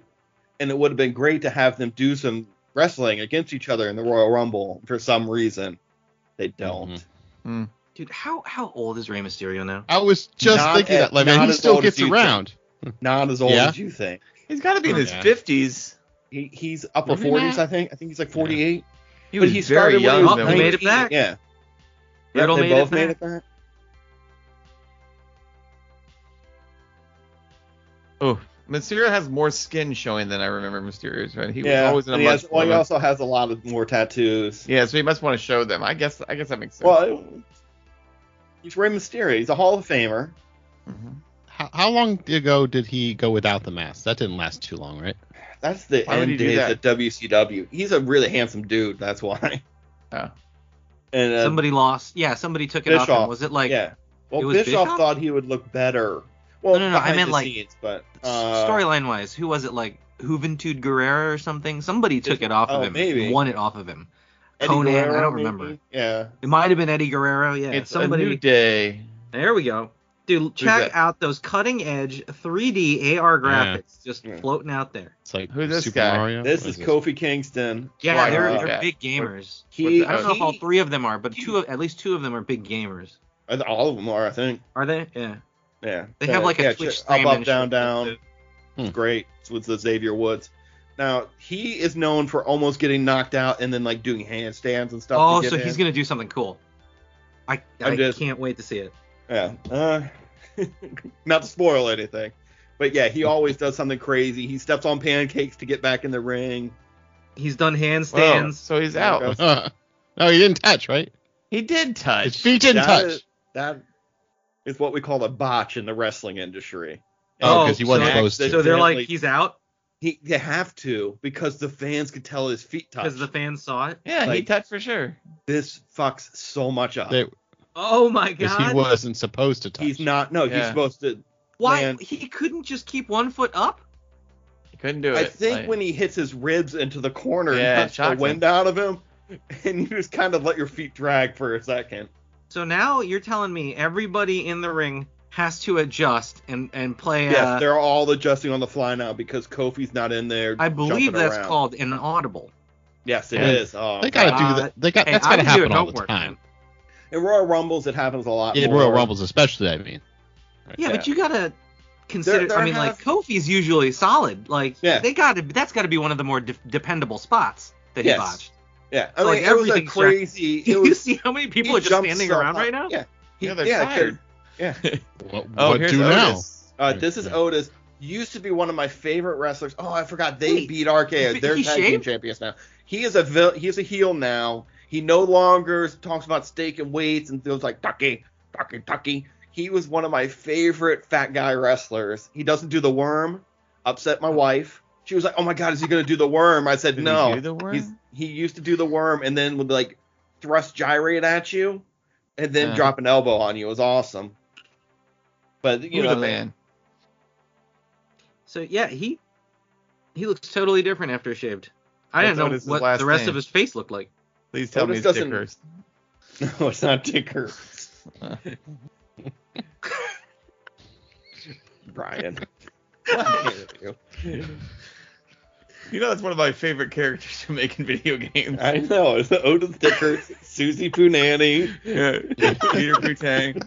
S1: and it would have been great to have them do some wrestling against each other in the Royal Rumble. For some reason, they don't.
S4: Mhm.
S3: Dude, how how old is Rey Mysterio now?
S4: I was just
S1: Not
S4: thinking
S1: as-
S4: that. Like, man,
S1: not
S4: he
S1: as
S4: still
S1: old as
S4: gets
S1: you
S4: around.
S1: Not as old
S4: Yeah.
S1: as you think.
S2: He's got to
S1: Oh,
S2: be in his
S4: Yeah.
S2: fifties.
S1: He, he's upper
S4: Maybe
S1: 40s,
S4: not.
S1: I think. I think he's like 48.
S2: He
S1: But
S2: was
S1: he started
S2: very
S1: when
S2: young.
S1: was
S2: though.
S3: He made it
S1: 19.
S3: back.
S1: Yeah.
S3: Riddle
S1: Yep, they
S3: made it
S1: both made
S3: back.
S1: it back.
S2: Oh, Mysterio has more skin showing than I remember Mysterio's. Right? He was
S1: yeah,
S2: always in a
S1: and he,
S2: much.
S1: has, well, he
S2: more-
S1: also has a lot of more tattoos.
S2: Yeah, so he must want to show them. I guess. I guess that makes sense.
S1: Well, he's Rey Mysterio. He's a Hall of Famer.
S2: Mhm.
S4: How, how long ago did he go without the mask? That didn't last too long, right?
S1: That's the
S2: Why would he
S1: end
S2: do
S1: days
S2: that?
S1: at WCW. He's a really handsome dude. That's why.
S2: Oh.
S1: And uh,
S3: Somebody lost. Yeah, somebody took it off.
S1: Bischoff.
S3: Him. Was it like
S1: yeah. Well,
S3: it was
S1: Bischoff,
S3: Bischoff?
S1: thought he would look better. Well,
S3: No, no, no, I
S1: behind
S3: meant,
S1: the
S3: like,
S1: scenes, but uh,
S3: storyline wise? Who was it like Juventud Guerrera or something? Somebody took it off of
S1: oh,
S3: him.
S1: maybe.
S3: Won it off of him.
S1: Eddie
S3: Conan, I
S1: Guerrero,
S3: don't
S1: maybe?
S3: remember.
S1: Yeah.
S3: It might have been Eddie Guerrero. Yeah,
S2: it's
S3: somebody.
S2: a new day.
S3: There we go. Dude, check
S2: that?
S3: out those cutting edge 3D AR
S4: Yeah.
S3: graphics just
S1: Yeah.
S3: floating out there.
S4: It's like
S2: Who this
S4: Super
S2: guy?
S4: Mario.
S1: This
S4: What
S1: is Kofi Kingston.
S3: Yeah,
S2: Right.
S3: they're,
S1: Uh,
S3: they're
S2: Yeah.
S3: big gamers.
S1: He,
S2: What
S3: I don't know if all
S1: he-
S3: three of them are, but two of, at least two of them are big gamers.
S1: All of them are, I think.
S3: Are they? Yeah.
S1: Yeah.
S3: They
S1: Uh,
S3: have like a
S1: yeah,
S3: Twitch
S1: check-
S3: stream
S1: Up, up,
S3: and
S1: down,
S3: shit.
S1: down. It's
S4: Hmm.
S1: great. It's with the Xavier Woods. Now he is known for almost getting knocked out and then like doing handstands and stuff.
S3: Oh,
S1: to get
S3: so
S1: in.
S3: he's gonna do something cool. I,
S1: I'm
S3: I
S1: just-
S3: can't wait to see it.
S1: Yeah. Uh, not to spoil anything, but yeah, he always does something crazy. He steps on pancakes to get back in the ring.
S3: He's done
S2: Whoa,
S3: handstands.
S2: so he's
S1: There we
S2: out.
S1: go.
S4: Huh. no, he didn't touch, right?
S2: He did
S4: His
S2: touch.
S4: feet
S1: That
S4: didn't touch.
S1: is- that is what we call a botch in the wrestling industry.
S4: Oh,
S3: Oh,
S4: because he wasn't
S3: so-
S4: supposed
S1: so
S4: to.
S3: so they're
S1: Apparently-
S3: like, he's out
S1: He they have to because the fans could tell his feet touched.
S3: because the fans saw it.
S2: yeah, he
S1: like-
S2: touched for sure.
S1: this fucks so much up.
S4: They-
S3: Oh my
S4: Because
S3: god.
S4: he wasn't supposed to touch.
S1: He's not. No, he's
S2: Yeah.
S1: supposed to.
S3: Why
S1: man.
S3: he couldn't just keep one foot up?
S2: He couldn't do it.
S1: I think
S2: Like,
S1: when he hits his ribs into the corner,
S2: Yeah, it
S1: yeah, knocks the
S2: shocks
S1: wind out of him, and you just kind of let your feet drag for a second.
S3: So now you're telling me everybody in the ring has to adjust and and play.
S1: yes,
S3: uh,
S1: they're all adjusting on the fly now because Kofi's not in there.
S3: I
S1: jumping
S3: believe that's
S1: around.
S3: called an audible.
S1: Yes, it
S4: Yeah.
S1: is. Oh,
S4: They gotta
S3: Uh,
S4: do that. They got
S3: hey,
S4: that's
S3: I
S4: gotta
S3: would do
S4: happen all the
S3: homework,
S4: time.
S1: in Royal Rumbles, it happens a lot.
S4: In
S1: more.
S4: Royal Rumbles, especially. I mean,
S3: man. Yeah, but you gotta consider.
S1: There- there
S3: I mean, like
S1: have-
S3: Kofi's usually solid. Like
S1: Yeah.
S3: they gotta. That's gotta be one of the more de- dependable spots that he
S1: Yes.
S3: botched.
S1: Yeah, I mean,
S3: Like,
S1: it was a
S3: everything's
S1: crazy.
S3: Do
S1: It
S3: you
S1: was,
S3: see how many people
S1: he
S3: are just
S1: jumped
S3: standing
S1: so
S3: around
S1: high.
S3: right now?
S1: Yeah, he,
S2: yeah, they're tired.
S1: tired. Yeah.
S4: what,
S2: Oh,
S4: what
S2: here's
S4: do now?
S2: Otis.
S1: Uh, this is Otis. Used to be one of my favorite wrestlers. Oh, I forgot they
S3: Wait,
S1: beat RKO.
S3: he-
S1: They're
S3: he
S1: tag team
S3: shaved?
S1: champions now. He is a vil- he is a heel now. He no longer talks about steak and weights and feels like Tucky, Tucky, Tucky. He was one of my favorite fat guy wrestlers. He doesn't do the worm. Upset my wife. She was like, "Oh my God, is he gonna do the worm?" I said,
S2: Did he
S1: "No."
S2: do the worm?
S1: He's he used to do the worm and then would like thrust gyrate at you and then
S2: Yeah.
S1: drop an elbow on you. It was awesome. But you
S2: Who's
S1: know,
S2: the man.
S3: So yeah, he he looks totally different after shaved. I
S2: That's
S3: didn't know
S2: Otis's
S3: what
S2: last
S3: the rest
S2: name.
S3: of his face looked like.
S2: Please tell
S1: Otis
S2: me it's
S1: doesn't-
S2: Dickers.
S1: no, it's not Dicker. Brian. I hate you.
S2: You know that's one of my favorite characters to make in video games.
S1: I know. It's Otis Dicker, Susie Punani.
S2: Yeah. Peter Boutang.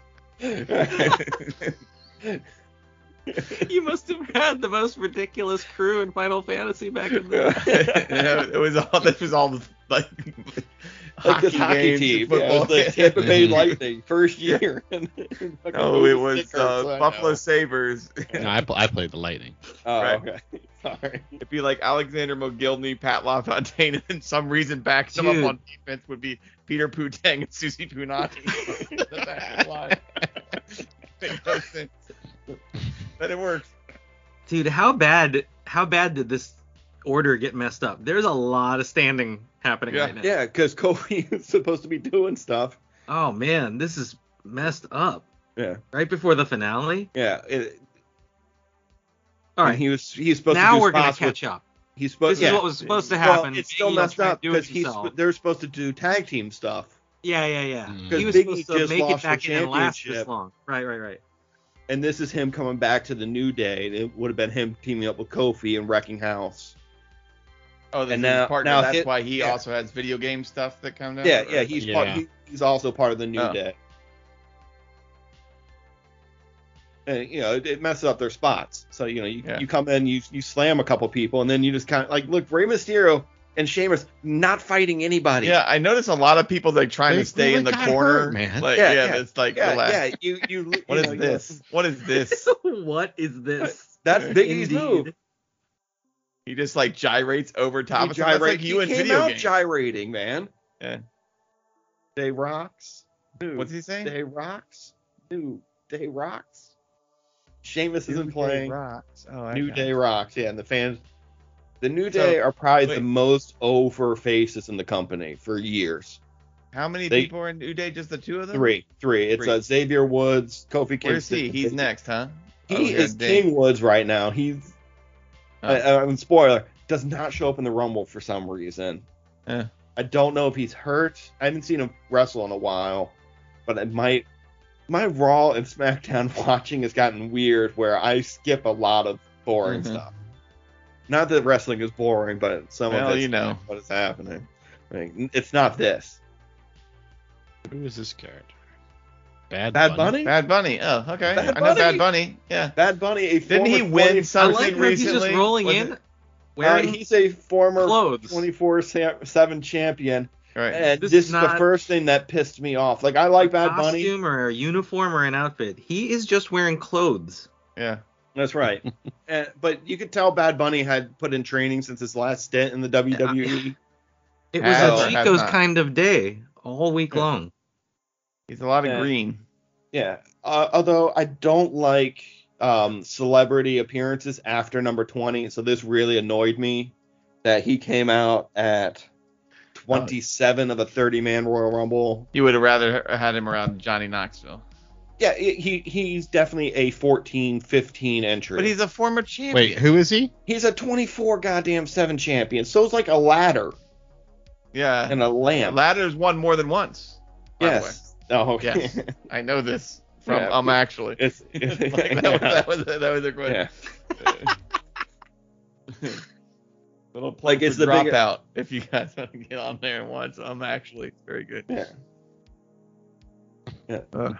S3: you must have had the most ridiculous crew in Final Fantasy back in the
S2: yeah, it was all this was all like
S1: like this hockey
S2: games,
S1: team. Yeah, it
S2: football
S1: was the
S2: games.
S1: Tampa Bay
S4: Mhm.
S1: Lightning first year.
S2: No, it was uh, Buffalo
S1: Buffalo's.
S2: Sabers.
S4: No, I, pl- I played the Lightning.
S1: Oh,
S2: right.
S1: okay. Sorry.
S2: It'd be like Alexander McGillney, Pat LaFontaine, and then some reason back some
S3: Dude.
S2: up on defense would be Peter Boutang and Susie Punani. the back line. Makes no sense. But it works.
S3: Dude, how bad how bad did this order get messed up. There's a lot of standing happening
S2: Yeah,
S3: right now.
S1: Yeah, because Kofi is supposed to be doing stuff.
S3: Oh man, this is messed up.
S1: Yeah,
S3: Right before the finale.
S1: yeah. It,
S3: All
S1: and
S3: right.
S1: he was he's supposed to
S3: Now
S1: do
S3: we're gonna
S1: spots with-
S3: catch up.
S1: he's supposed.
S3: this
S1: yeah.
S3: is what was supposed to happen.
S1: Well, it's still
S3: Biggie
S1: messed
S3: tried to
S1: up
S3: do it
S1: because he's
S3: himself.
S1: they're supposed to do tag team stuff.
S3: Yeah, yeah, yeah.
S4: Mm.
S3: He
S1: 'Cause
S3: was
S1: Mm-hmm. Biggie
S3: supposed to
S1: just
S3: make it
S1: lost the
S3: back in and last this
S1: championship.
S3: long. Right, right, right.
S1: And this is him coming back to the New Day. and It would have been him teaming up with Kofi and wrecking house.
S2: Oh, this
S1: And
S2: is
S1: now-
S2: his partner.
S1: now
S2: That's
S1: hit-
S2: why he
S1: yeah.
S2: also has video game stuff that comes out.
S1: Yeah,
S2: or-
S1: yeah. He's Part,
S4: Yeah.
S1: he, he's also part of the New
S2: Oh.
S1: Day. And you know it, it messes up their spots. So you know you,
S2: Yeah.
S1: you come in, you you slam a couple people, and then you just kind of like look Rey Mysterio and Sheamus not fighting anybody.
S2: Yeah, I notice a lot of people like trying
S4: They
S2: to stay in
S4: really
S2: the
S4: got
S2: corner,
S4: hurt, man.
S2: Like,
S1: Yeah,
S2: yeah,
S1: yeah.
S2: it's like
S1: yeah,
S2: relax.
S1: yeah. You you.
S2: What
S1: you
S2: is
S1: know, you-
S2: this? What is this?
S3: what is this?
S1: That's Biggie's
S3: Indeed.
S1: move.
S2: he just like gyrates over top.
S1: He
S2: of something. That's
S1: gyrate-
S2: like you
S1: he
S2: in
S1: came
S2: video
S1: out
S2: games.
S1: gyrating, man.
S2: Yeah.
S1: They rocks. Dude,
S2: What's he saying?
S1: They rocks. Dude, they rocks. Sheamus isn't playing.
S2: Rocks. Oh, I
S1: New
S2: got
S1: Day
S2: it.
S1: rocks. Yeah, and the fans. The New Day are probably
S2: wait.
S1: the most over faces in the company for years.
S2: How many
S1: They-
S2: people are in New Day? Just the two of them?
S1: Three, three. It's
S2: Three.
S1: Uh, Xavier Woods, Kofi Kingston.
S2: Where's he? He's next, huh?
S1: He
S2: Oh,
S1: is
S2: God,
S1: King
S2: dang.
S1: Woods right now. He's
S2: Oh.
S1: uh, uh, spoiler does not show up in the Rumble for some reason.
S2: Eh.
S1: I don't know if he's hurt. I haven't seen him wrestle in a while, but it might. My Raw and SmackDown watching has gotten weird, where I skip a lot of boring
S2: Mhm.
S1: stuff. Not that wrestling is boring, but some
S2: Well,
S1: of it's
S2: you know.
S1: what is happening. Like, n- it's not this.
S4: Who is this character? Bad,
S1: Bad Bunny.
S2: Bad Bunny. Oh, okay.
S1: Bad
S2: I know
S1: Bunny.
S2: Bad Bunny. Yeah.
S1: Bad Bunny. A
S2: Didn't he
S1: former
S2: win
S1: 20
S3: I
S2: something
S3: like how
S2: recently?
S3: he's just rolling
S2: Was
S3: in
S2: it-
S1: Uh,
S3: wearing
S1: he's a former
S3: clothes.
S1: 24/7 champion.
S2: Right.
S1: And
S3: This
S1: this,
S3: is
S1: is
S3: not-
S1: the first thing that pissed me off. Like I like Bad Bunny.
S3: costume or a uniform or an outfit. He is just wearing clothes.
S2: yeah.
S1: That's right. And- but you could tell Bad Bunny had put in training since his last stint in the E. WWE.
S3: It was
S1: Has or
S3: a
S1: has
S3: Chico's
S2: not.
S3: kind of day all week
S1: Yeah.
S3: long.
S2: He's a lot of
S1: Yeah.
S2: green.
S1: yeah. Uh, although I don't like um, celebrity appearances after number 20, so this really annoyed me that he came out at 27 of a 30-man Royal Rumble.
S2: You would have rather had him around Johnny Knoxville.
S1: Yeah, he he's definitely a 14, 15 entry.
S2: But he's a former champion.
S4: Wait, who is he?
S1: he's a 24 goddamn 7 champion. So it's like a ladder
S2: Yeah.
S1: and a lamp.
S2: Ladder's won more than once. by the
S1: Yes. Oh, okay.
S2: Yes. way. I know this from
S1: Yeah.
S2: um actually.
S1: It's,
S2: Like, that, was, that was a, that was a question.
S1: yeah.
S2: Little plug
S1: Like,
S2: like
S1: it's
S2: it's
S1: the bigger-
S2: dropout if you guys want to get on there and watch. Um actually, it's very good.
S1: Yeah. Yeah.
S2: Uh,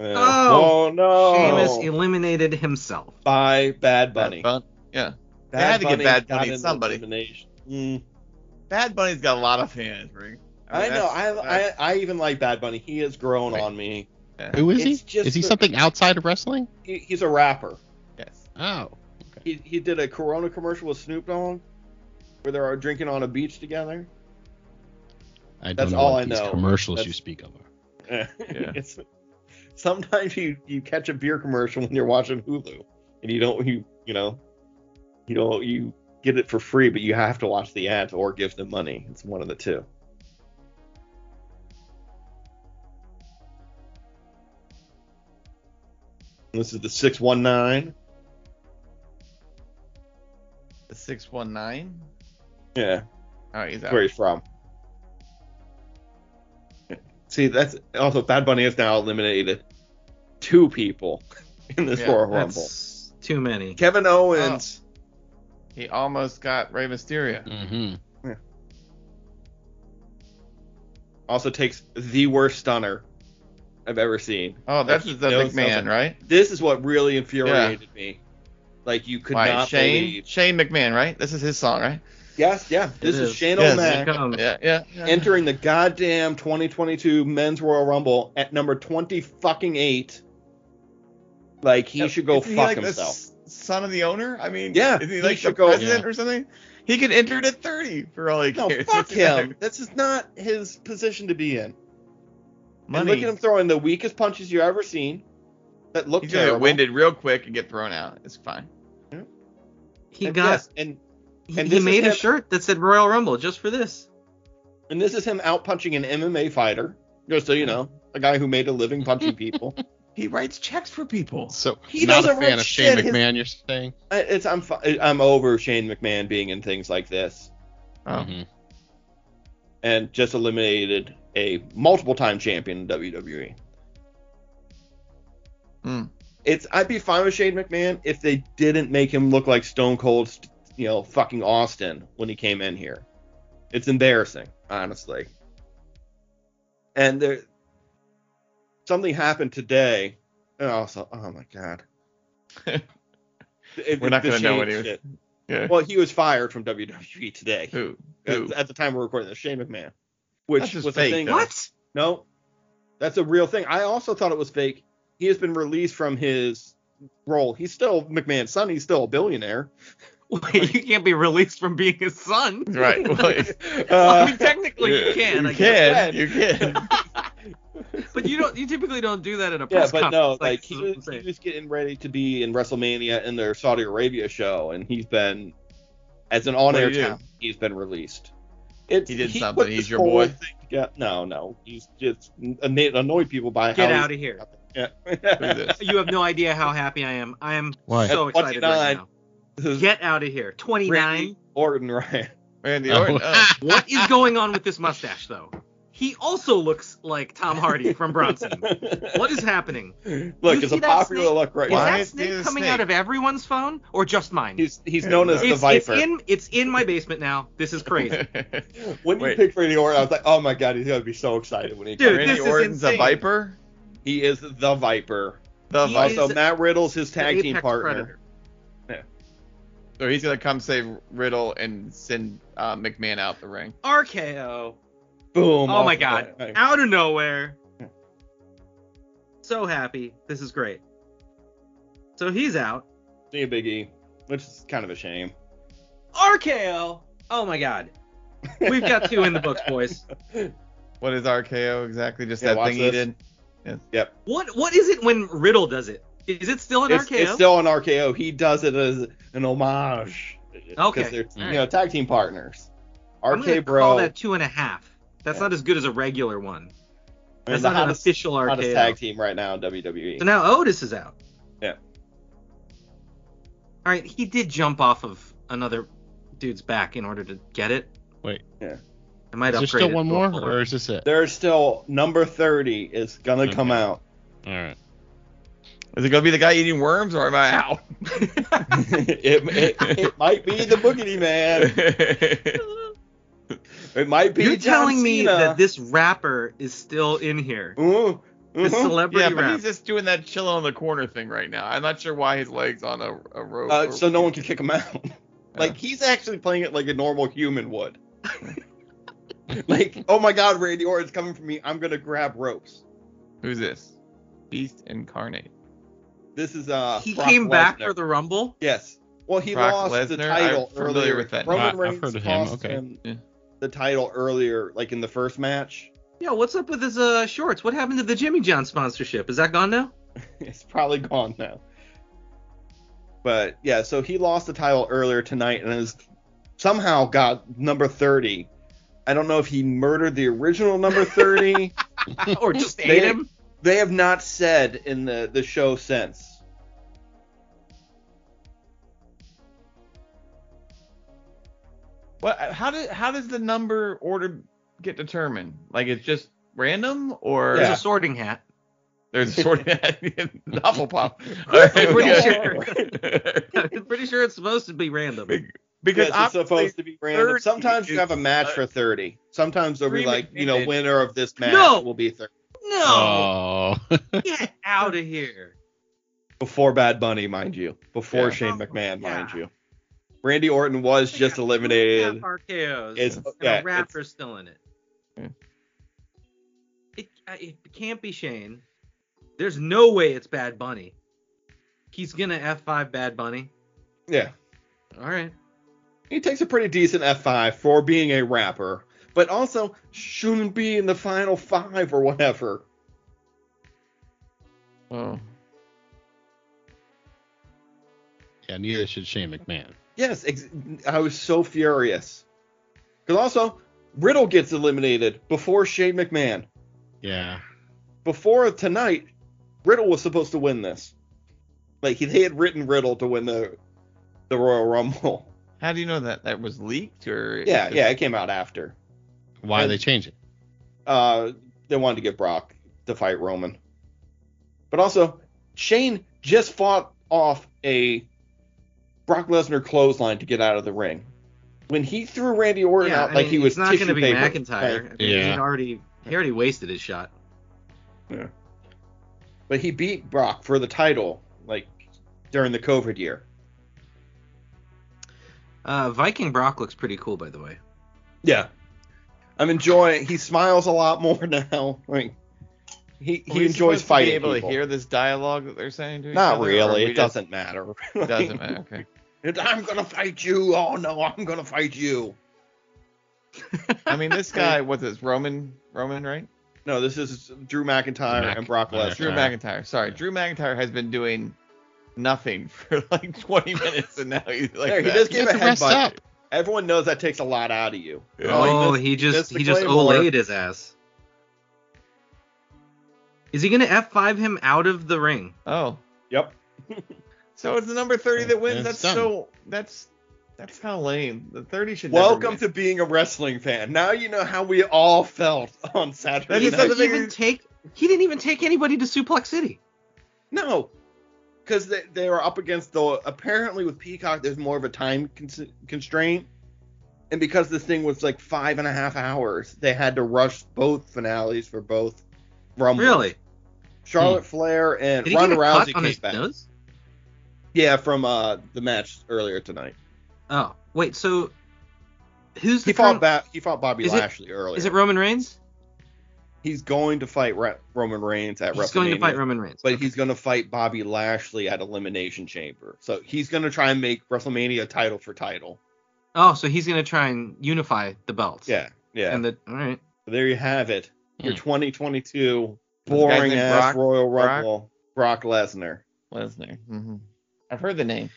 S1: Yeah.
S3: Oh,
S1: oh no!
S3: Sheamus eliminated himself.
S1: by Bad Bunny.
S2: Bad Bunny. Yeah. They had to get Bad
S1: got
S2: Bunny
S1: in
S2: somebody.
S1: elimination. Mm.
S2: Bad Bunny's got a lot of fans, Ring.
S1: I,
S2: mean,
S1: know.
S2: that's-
S1: I, I
S2: that's-
S1: I even like Bad Bunny. He has grown
S4: Right.
S1: on me.
S4: Who is
S1: It's
S4: he?
S1: just
S4: Is he
S1: the-
S4: something outside of wrestling?
S1: He, he's a rapper.
S2: yes.
S4: Oh.
S1: He he did a Corona commercial with Snoop Dogg, where they are drinking on a beach together.
S4: I don't
S1: That's
S4: know
S1: all
S4: what
S1: I
S4: these
S1: know.
S4: commercials
S1: That's-
S4: you speak of. are.
S1: Yeah. It's, sometimes you, you catch a beer commercial when you're watching Hulu, and you don't you you know you don't you get it for free, but you have to watch the ads or give them money. It's one of the two. This is the six one nine.
S2: The 619.
S1: Yeah,
S2: All right, he's
S1: that's
S2: out.
S1: where he's from. See, that's also Bad Bunny has now eliminated two people in this
S2: Yeah,
S1: Royal Rumble.
S3: That's too many.
S1: Kevin Owens.
S2: He almost got Rey Mysterio.
S4: Mm-hmm.
S1: also takes the worst stunner I've ever seen.
S2: Oh, that's
S1: Like,
S2: the
S1: no,
S2: big man,
S1: something.
S2: right?
S1: This is what really infuriated me. Like you could
S2: Why,
S1: not
S2: Shane?
S1: believe.
S2: Shane McMahon, right? This is his song, right?
S1: Yes, yeah. This
S3: It
S1: is,
S3: is.
S1: Shane
S2: Yes.
S1: O'Mac
S3: Come.
S2: Yeah, yeah. yeah.
S1: entering the goddamn 2022 Men's Royal Rumble at number 20 fucking eight. Like he
S2: Yeah,
S1: should go
S2: isn't he,
S1: fuck
S2: like, the
S1: himself.
S2: s- son of the owner? I mean,
S1: Yeah,
S2: is
S1: he
S2: he like
S1: should
S2: the
S1: go-
S2: president or something? He could enter it at 30 for all he
S1: No,
S2: cares.
S1: fuck
S2: What's the matter?
S1: him. This is not his position to be in. And
S2: Money.
S1: look at him throwing the weakest punches you've ever seen. That look
S2: He's gonna get
S1: terrible.
S2: winded real quick and get thrown out. It's fine.
S3: He
S1: And
S3: got
S1: yes, and
S3: He,
S1: And
S3: he
S1: this is
S3: made a
S1: him-
S3: shirt that said Royal Rumble just for this.
S1: And this is him out punching an MMA fighter, just so you know, a guy who made a living punching people.
S2: He writes checks for people.
S4: So
S1: He
S4: not a
S1: doesn't
S4: fan
S1: write
S4: of Shane
S1: shit. His-
S4: McMahon, you're saying?
S1: I- it's I'm fi- I'm over Shane McMahon being in things like this,
S2: Oh,
S4: Mhm.
S1: and just eliminated a multiple time champion in E. WWE.
S2: Hmm.
S1: It's I'd be fine with Shane McMahon if they didn't make him look like Stone Cold, St- you know, fucking Austin when he came in here. It's embarrassing, honestly. And there, something happened today. And also, oh my god, It-
S2: We're not
S1: the
S2: gonna know
S1: Shane
S2: what he was-
S1: shit.
S2: yeah.
S1: Well, he was fired from WWE today.
S2: Who? Who?
S1: At, at the time we're recording this, Shane McMahon, which
S2: That's just
S1: was
S2: fake,
S1: a thing.
S2: though.
S3: What?
S1: No, that's a real thing. I also thought it was fake. He has been released from his role. He's still McMahon's son. He's still a billionaire.
S3: Wait, you can't be released from being his son.
S2: Right. Well, you
S3: I mean,
S1: Uh,
S3: technically you can. I
S2: You
S3: guess.
S2: can. You can.
S3: But you don't. You typically don't do that in a
S1: yeah,
S3: press
S1: but
S3: conference.
S1: no, like
S3: this
S1: he
S3: is what I'm
S1: was, he
S3: saying.
S1: was getting ready to be in WrestleMania in their Saudi Arabia show, and he's been as an on-air
S2: What do you do?
S1: talent, he's been released. It's,
S2: He did
S1: put
S2: something.
S1: this
S2: He's your
S1: whole
S2: boy.
S1: thing together- No, no, he's just anno- annoyed people by
S3: Get
S1: how
S3: out of here.
S1: Yeah.
S2: Look at this.
S3: You have no idea how happy I am. I am
S4: Why?
S1: At
S3: so excited right
S1: 29.
S3: now.
S1: This is
S3: Get out of here. 29.
S1: Randy Orton, right?
S2: Randy
S4: Oh.
S2: Orton. Oh.
S3: What is going on with this mustache though? He also looks like Tom Hardy from Bronson. What is happening?
S1: Look,
S3: You
S1: it's
S3: see
S1: a
S3: that
S1: popular
S3: snake?
S1: look right
S3: Is
S4: Why
S1: now.
S3: that
S4: is
S3: snake
S4: there a
S3: coming
S4: snake?
S3: out of everyone's phone or just mine?
S1: He's he's known as the
S3: it's, it's
S1: Viper.
S3: in it's in my basement now. This is crazy.
S1: when you
S2: Wait.
S1: picked Randy Orton, I was like, oh my god, he's gonna be so excited when he
S3: Dude,
S1: comes.
S2: Randy
S3: this is
S2: Orton's a
S3: insane.
S2: viper.
S1: He is the Viper.
S2: The
S3: He
S2: viper.
S3: is
S1: also, Matt Riddle's his
S3: The
S1: tag team
S3: apex
S1: partner.
S3: predator.
S2: So he's gonna come save Riddle and send uh, McMahon out the ring.
S3: RKO.
S1: Boom.
S3: Oh my
S1: off the
S3: God.
S1: bat.
S3: Out of nowhere. So happy. This is great. So he's out.
S1: See you, Big E. Which is kind of a shame.
S3: RKO. Oh my god. We've got two in the books, boys.
S2: What is RKO exactly? Just
S1: Yeah,
S2: that
S1: watch
S2: thing
S1: this.
S2: he did.
S3: What what is it when Riddle does it? Is it still Oh, an
S1: It's,
S3: RKO?
S1: it's still an RKO. He does it as an homage. 'Cause
S3: Okay.
S1: they're,
S3: All right.
S1: You know, tag team partners.
S3: I'm gonna
S1: RK
S3: Call
S1: Bro.
S3: that two and a half. That's
S1: Yeah.
S3: not as good as a regular one.
S1: I mean,
S3: That's
S1: the
S3: not an
S1: hottest,
S3: official
S1: hottest tag
S3: RKO.
S1: team right now in E. WWE.
S3: So now Otis is out.
S1: Yeah.
S3: All right, he did jump off of another dude's back in order to get it.
S4: Wait.
S1: Yeah.
S3: I might
S4: Is there
S3: upgrade
S4: still
S3: it
S4: one
S3: to a
S4: more,
S3: full-
S4: or is this it?
S1: There's still number 30 is gonna
S4: Okay.
S1: come out.
S4: All right.
S2: Is it gonna be the guy eating worms or am I out?
S1: it, it, it might be the Boogity Man. It might be.
S3: You're
S1: John
S3: telling me
S1: Cena.
S3: that this rapper is still in here.
S1: Ooh,
S3: This
S1: mhm.
S3: celebrity
S2: yeah, but
S3: rapper.
S2: he's just doing that chilling on the corner thing right now. I'm not sure why his legs on a, a rope.
S1: Uh,
S2: or-
S1: so no one can kick him out. like he's actually playing it like a normal human would. like, oh my God, Randy Orton's coming for me. I'm gonna grab ropes.
S2: Who's this? Beast incarnate.
S1: This is uh.
S3: he
S1: Brock
S3: came back
S1: Lesnar.
S3: for the Rumble.
S1: Yes. Well, he
S2: Brock
S1: lost the
S2: Lesnar?
S1: title
S2: I'm
S1: earlier.
S2: familiar with that
S1: Roman
S4: name. I- I've
S1: Reigns
S4: heard of him,
S1: lost
S4: okay.
S1: him
S2: Yeah.
S1: the title earlier, like in the first match.
S3: Yeah, what's up with his uh, shorts? What happened to the Jimmy John sponsorship? Is that gone now?
S1: it's probably gone now. But yeah, so he lost the title earlier tonight and is somehow got number 30. I don't know if he murdered the original number 30.
S3: or just
S1: They-
S3: ate him?
S1: they have not said in the, the show since.
S2: What? How did? How does the number order get determined? Like it's just random or
S3: There's
S1: Yeah.
S3: a sorting hat.
S2: there's a sort of Hufflepuff.
S3: I'm
S2: All
S3: pretty
S2: right,
S3: sure.
S2: good.
S3: I'm pretty sure it's supposed to be random.
S2: because
S1: Yes,
S2: I'm
S1: it's supposed to be random.
S2: 30
S1: Sometimes you
S2: is-
S1: have a match for 30. Sometimes they'll be
S2: Three
S1: like, you know,
S2: minutes.
S1: winner of this match
S3: No!
S1: will be 30.
S3: No,
S4: Oh.
S3: get out of here.
S1: Before Bad Bunny, mind you. Before
S2: Yeah.
S1: Shane
S3: Oh,
S1: McMahon,
S3: yeah.
S1: mind you. Randy Orton was just eliminated.
S3: RKO's.
S1: It's-
S3: and
S1: yeah,
S3: a rapper still in it.
S2: Yeah.
S3: It, I- it can't be Shane. There's no way it's Bad Bunny. He's gonna F5 Bad Bunny.
S1: Yeah.
S3: All right.
S1: He takes a pretty decent F5 for being a rapper, but also shouldn't be in the final five or whatever.
S2: Oh.
S4: Yeah, neither should Shane McMahon.
S1: Yes, ex- I was so furious. Because also, Riddle gets eliminated before Shane McMahon.
S4: Yeah.
S1: Before tonight, Riddle was supposed to win this. Like he, they had written Riddle to win the the Royal Rumble.
S2: How do you know that that was leaked or?
S1: Yeah, yeah, it came out after.
S4: Why
S1: And-
S4: they change it?
S1: Uh, they wanted to get Brock to fight Roman, but also Shane just fought off a Brock Lesnar clothesline to get out of the ring. When he threw Randy Orton
S3: yeah,
S1: out
S3: I
S1: like
S3: mean,
S1: he was
S3: It's not
S1: tissue
S3: gonna be
S1: paper,
S3: McIntyre. I mean,
S4: Yeah.
S3: He'd already he already wasted his shot.
S1: but he beat Brock for the title like during the COVID year.
S3: Uh, Viking Brock looks pretty cool, by the way.
S1: Yeah. I'm enjoying. He smiles a lot more now. Like he
S2: Are
S1: he
S2: we
S1: enjoys
S2: supposed to
S1: fighting
S2: Be able
S1: people.
S2: to hear this dialogue that they're saying to each
S1: Not
S2: other, or
S1: really.
S2: we
S1: It
S2: just-
S1: doesn't matter.
S2: It doesn't matter. Okay.
S1: Like, I'm gonna fight you. Oh no, I'm gonna fight you.
S2: I mean, this guy was this Roman Roman right?
S1: No, this is Drew McIntyre
S4: Mac-
S1: and Brock
S4: Mac-
S1: Lesnar.
S2: Drew McIntyre. Sorry, Drew McIntyre has been doing nothing for like 20 minutes, and now he's like
S1: There, he
S2: that.
S1: does
S4: You
S1: give a
S4: have to rest
S1: headbutt.
S4: up.
S1: Everyone knows that takes a lot out of you.
S2: Yeah.
S3: Oh,
S1: Oh,
S3: he
S1: missed
S3: just
S1: the
S3: he just
S1: claymore.
S3: olayed his ass. Is he gonna F5 him out of the ring?
S2: Oh,
S1: Yep.
S2: so it's the number 30 that wins.
S4: And
S2: That's
S4: it's done.
S2: so that's that's kind of lame. The 30 should. never
S1: Welcome
S2: win.
S1: to being a wrestling fan. Now you know how we all felt on Saturday.
S2: That
S3: He
S2: is
S1: night.
S2: doesn't
S3: didn't
S2: make
S3: even
S2: it-
S3: take he didn't even take anybody to Suplex City.
S1: No, because they, they were up against the apparently with Peacock there's more of a time cons- constraint, and because this thing was like five and a half hours, they had to rush both finales for both Rumble.
S3: Really?
S1: Charlotte Flair and
S3: Did he
S1: Ronda
S3: get a
S1: Rousey
S3: cut on
S1: came
S3: his
S1: back.
S3: nose?
S1: Yeah, from uh the match earlier tonight.
S3: Oh, wait. So who's the
S1: He fought
S3: current-
S1: back. He fought Bobby
S3: Is it-
S1: Lashley earlier.
S3: Is it Roman Reigns?
S1: he's going to fight Ra- Roman Reigns at
S3: He's
S1: WrestleMania.
S3: going to fight Roman Reigns.
S1: but he's going to fight Bobby Lashley at Elimination Chamber. So he's going to try and make WrestleMania title for title.
S3: Oh, so he's gonna try and unify the belts.
S1: Yeah, yeah.
S3: And the all right.
S1: So there you have it. Your
S4: Hmm.
S1: 2022
S2: This guy's
S1: boring
S2: named
S1: ass
S2: Brock-
S1: Royal
S2: Brock?
S1: Rumble, Brock Lesnar.
S2: Lesnar. hmm I've heard the name.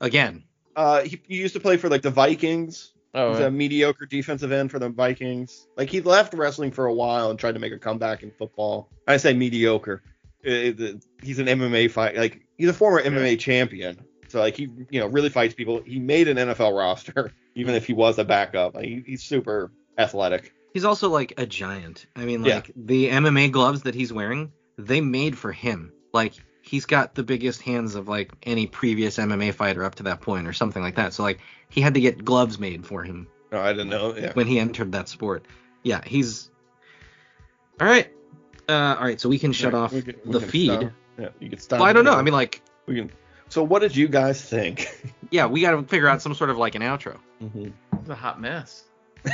S3: Again.
S1: Uh, he, he used to play for like the Vikings.
S2: Oh,
S1: He's a mediocre defensive end for the Vikings. Like he left wrestling for a while and tried to make a comeback in football. I say mediocre. Uh, the- he's an MMA fight. Like he's a former MMA champion. So like he, you know, really fights people. He made an NFL roster, even if he was a backup. Like, he, he's super athletic.
S3: He's also like a giant. I mean,
S1: Yeah.
S3: like the MMA gloves that he's wearing, they made for him. Like he's got the biggest hands of like any previous MMA fighter up to that point, or something like that. So like he had to get gloves made for him
S1: No, I didn't know. Yeah.
S3: when he entered that sport. Yeah, he's all right. Uh, all right, so we can shut
S1: Right,
S3: off
S1: we can- we
S3: the
S1: can
S3: feed.
S1: stop. Yeah, you could stop.
S3: Well, I
S1: it
S3: don't know.
S1: here.
S3: I mean, like,
S1: we can. So what did you guys think?
S3: yeah, we got to figure out some sort of like an outro.
S1: Mm-hmm.
S2: it's a hot mess.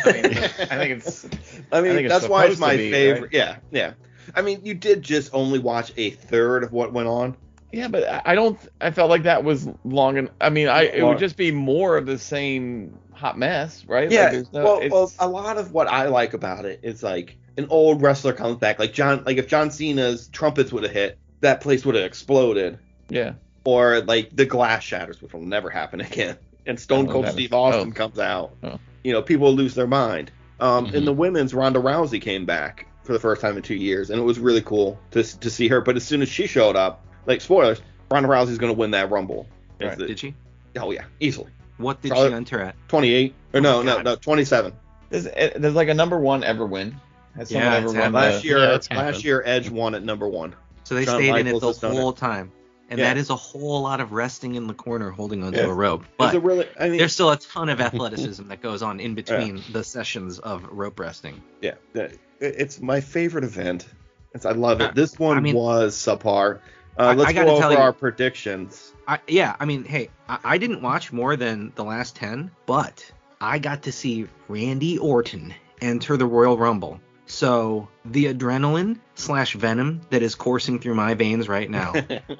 S2: I mean, I think it's
S1: I mean,
S2: think it's
S1: that's why it's
S2: supposed to
S1: my
S2: be,
S1: favorite.
S2: right?
S1: Yeah, yeah. I mean, you did just only watch a third of what went on.
S2: Yeah, but I- I don't. I felt like that was long. And I mean, I it
S1: Long.
S2: would just be more of the same hot mess, right?
S1: yeah.
S2: Like, there's no-
S1: well,
S2: it's-
S1: well, a lot of what I like about it is like an old wrestler comes back, like John, like if John Cena's trumpets would have hit, that place would have exploded,
S2: yeah.
S1: or like the glass shatters, which will never happen again, and Stone
S2: Oh,
S1: Cold
S2: that-
S1: Steve Austin
S2: oh.
S1: comes out.
S2: Oh.
S1: You know, people will lose their mind. Um,
S4: Mhm.
S1: In the women's, Ronda Rousey came back for the first time in two years, and it was really cool to to see her. But as soon as she showed up, like spoilers, Ronda Rousey's gonna win that Rumble. Is
S2: Right.
S1: the-
S3: Did she?
S1: oh yeah, easily.
S3: What did
S1: Charlotte-
S3: she enter at?
S1: 28 or no, no,
S3: God.
S1: no, 27.
S2: There's, eh, there's like a number one ever win. Has someone
S3: Yeah,
S2: ever
S3: it's
S2: won
S3: happened.
S2: the,
S1: Last year,
S4: Yeah,
S1: last
S4: that's happened.
S1: year Edge won at number one.
S3: So they
S1: Shawn
S3: stayed in it
S1: Michaels
S3: the
S1: has done it.
S3: whole time. And
S1: Yeah.
S3: that is a whole lot of resting in the corner holding onto
S1: Yeah.
S3: a rope.
S1: It's
S3: But
S1: a really, I mean,
S3: there's still a ton of athleticism that goes on in between the sessions of rope wrestling.
S1: yeah, it- it's my favorite event. It's, I love it. This one
S3: I mean-
S1: was subpar. Uh,
S3: I-
S1: let's
S3: I
S1: go
S3: gotta
S1: over
S3: tell you-
S1: our predictions.
S3: I, yeah, I mean, hey, I, I didn't watch more than the last 10, but I got to see Randy Orton enter the Royal Rumble. So the adrenaline slash venom that is coursing through my veins right now,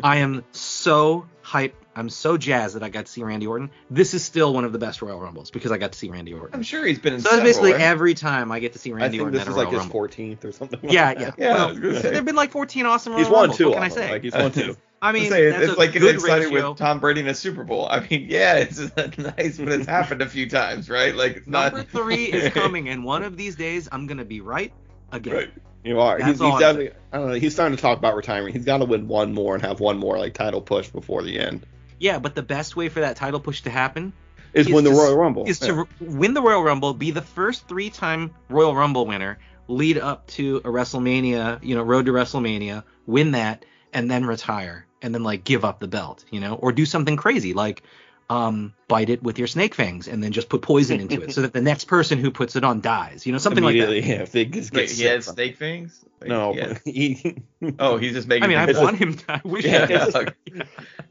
S3: I am so hyped. I'm so jazzed that I got to see Randy Orton. This is still one of the best Royal Rumbles because I got to see Randy Orton.
S2: I'm sure he's been in
S3: So that's
S2: several,
S3: basically
S2: right?
S3: every time I get to see Randy
S1: I think
S3: Orton
S1: this
S3: at a
S1: is
S3: Royal
S1: like his
S3: Rumble.
S1: 14th or something. like
S3: Yeah,
S1: that.
S3: yeah.
S2: Yeah, I
S3: Well,
S2: was gonna say.
S3: there've been like 14 awesome Royal
S1: He's won
S3: Rumbles.
S1: two.
S3: What can
S1: of
S3: I
S1: them.
S3: say?
S1: Like he's won two.
S3: I
S2: I
S3: mean,
S2: say,
S3: that's
S2: it's
S3: a
S2: like getting
S3: good
S2: excited
S3: ratio.
S2: with Tom Brady in a Super Bowl. I mean, yeah, it's nice, but it's happened a few times, right? Like it's not
S3: Number three is coming, and one of these days I'm gonna be right again.
S2: Right.
S1: You are.
S3: That's
S1: He's, he's
S3: all I'm
S1: definitely. I don't know. He's starting to talk about retirement. He's got to win one more and have one more like title push before the end.
S3: Yeah, but the best way for that title push to happen
S1: Is
S3: Is
S1: win the
S3: to-
S1: Royal
S2: Oh,
S1: Rumble.
S3: is
S1: Yeah.
S3: to r win the Royal Rumble, be the first three-time Royal Rumble winner, lead up to a WrestleMania, you know, road to WrestleMania, win that, and then retire, and then like give up the belt, you know, or do something crazy like um, bite it with your snake fangs and then just put poison into it so that the next person who puts it on dies, you know, something like
S1: immediately.
S3: that.
S1: Yeah, if they just get
S2: Wait, he
S1: sick
S2: had
S1: from-
S2: snake things? Like,
S1: No.
S2: he had-
S1: he-
S2: Oh, he's just making.
S3: I mean, I
S2: things up.
S3: want him to. I wish.
S2: Yeah,
S3: I
S2: yeah,
S3: could.
S2: like,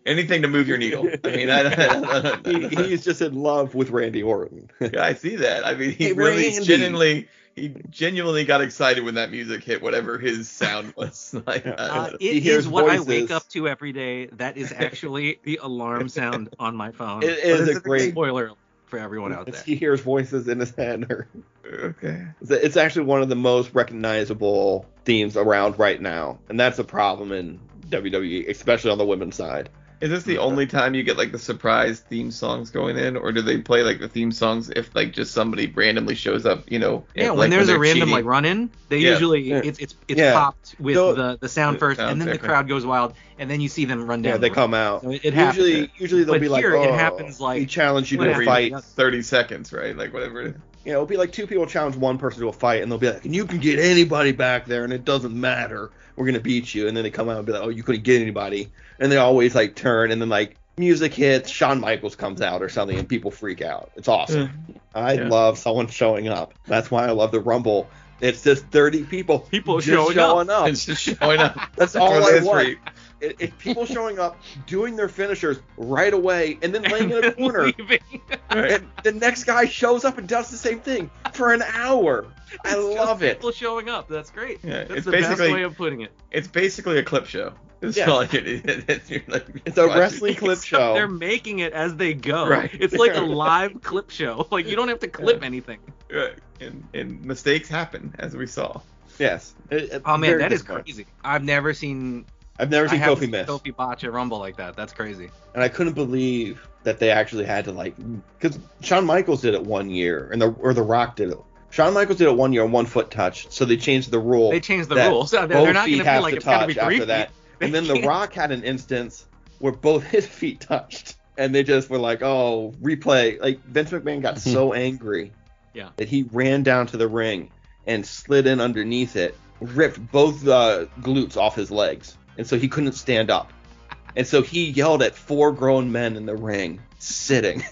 S2: anything to move your needle. I mean, I,
S1: he, he's just in love with Randy Orton.
S2: Yeah, I see that. I mean, he
S1: Hey,
S2: really
S1: Randy.
S2: genuinely, he genuinely got excited when that music hit, whatever his sound was. like,
S1: Yeah.
S3: Uh,
S2: uh,
S1: He
S3: it
S1: hears
S3: is what I wake
S1: voices.
S3: up to every day. That is actually the alarm sound on my phone.
S1: It is
S3: But
S1: a
S3: it's
S1: great-
S3: spoiler for everyone out there.
S1: He hears voices in his head. Or,
S2: okay.
S1: it's- it's actually one of the most recognizable themes around right now, and that's a problem in WWE, especially on the women's side.
S2: Is this the only time you get like the surprise theme songs going in, or do they play like the theme songs if like just somebody randomly shows up? You know,
S3: Yeah,
S2: if,
S3: when
S2: like,
S3: there's a
S2: they're
S3: random
S2: cheating?
S3: like run in, they
S2: Yeah.
S3: usually
S1: Yeah.
S3: it's it's it's
S1: Yeah.
S3: popped with
S1: So-
S3: the the sound
S2: The
S3: first,
S2: sound
S3: and then the
S2: second.
S3: crowd goes wild, and then you see them run down.
S1: Yeah, they
S3: the
S1: come out.
S3: road. So it, it happens.
S1: usually, usually they'll
S3: But
S1: be like,
S3: here it
S1: "Oh,
S3: happens, like,
S1: we challenge you
S3: what
S1: to a
S3: happened?"
S1: fight."
S2: thirty seconds, right? Like whatever.
S1: You know, it'll be like two people challenge one person to a fight, and they'll be like, "You can get anybody back there, and it doesn't matter. We're gonna beat you." And then they come out and be like, "Oh, you couldn't get anybody," and they always like turn, and then like music hits, Shawn Michaels comes out or something, and people freak out. It's awesome. I
S2: Yeah.
S1: love someone showing up. That's why I love the Rumble. It's just 30 people.
S3: People
S1: just
S3: showing up.
S1: showing up.
S2: It's just showing up.
S1: That's
S2: That's
S1: all
S2: what it
S1: I
S2: is for
S1: want.
S2: you.
S1: It, it's people showing up, doing their finishers right away, and then laying in a corner.
S3: Leaving.
S1: and the next guy shows up and does the same thing for an hour. I
S3: It's just
S1: love it.
S3: People showing up. That's great.
S2: Yeah,
S3: That's
S2: it's
S3: the best
S2: basically-
S3: way of putting it.
S2: It's basically a clip show. It's
S1: Yeah.
S2: all it is. It's, you're like-
S1: It's a
S2: watching-
S1: wrestling clip
S3: Except They're
S1: show.
S3: making it as they go.
S2: Right.
S3: It's like a live clip show. Like you don't have to clip
S2: Yeah.
S3: anything.
S2: Right. And, and mistakes happen, as we saw.
S1: Yes. It- it-
S3: Oh man,
S1: very
S3: that is
S1: disappointing.
S3: crazy. I've never seen
S1: I've never
S3: I
S1: seen Kofi
S3: haven't
S1: miss,
S3: Kofi botch a rumble like that. That's crazy.
S1: and I couldn't believe that they actually had to like, because Shawn Michaels did it one year, and the or The Rock did it. Shawn Michaels did it one year, one foot touch, so they changed the rule.
S3: They changed the
S1: that
S3: rules. So they're,
S1: both
S3: they're not
S1: feet
S3: going to
S1: have
S3: feel like
S1: to
S3: it's got to be
S1: touch
S3: three
S1: after that.
S3: feet.
S1: And
S3: They
S1: then The
S3: can't-
S1: Rock had an instance where both his feet touched, and they just were like, "Oh, replay!" Like Vince McMahon got so angry,
S3: Yeah.
S1: that he ran down to the ring and slid in underneath it, ripped both the glutes off his legs, and so he couldn't stand up, and so he yelled at four grown men in the ring sitting.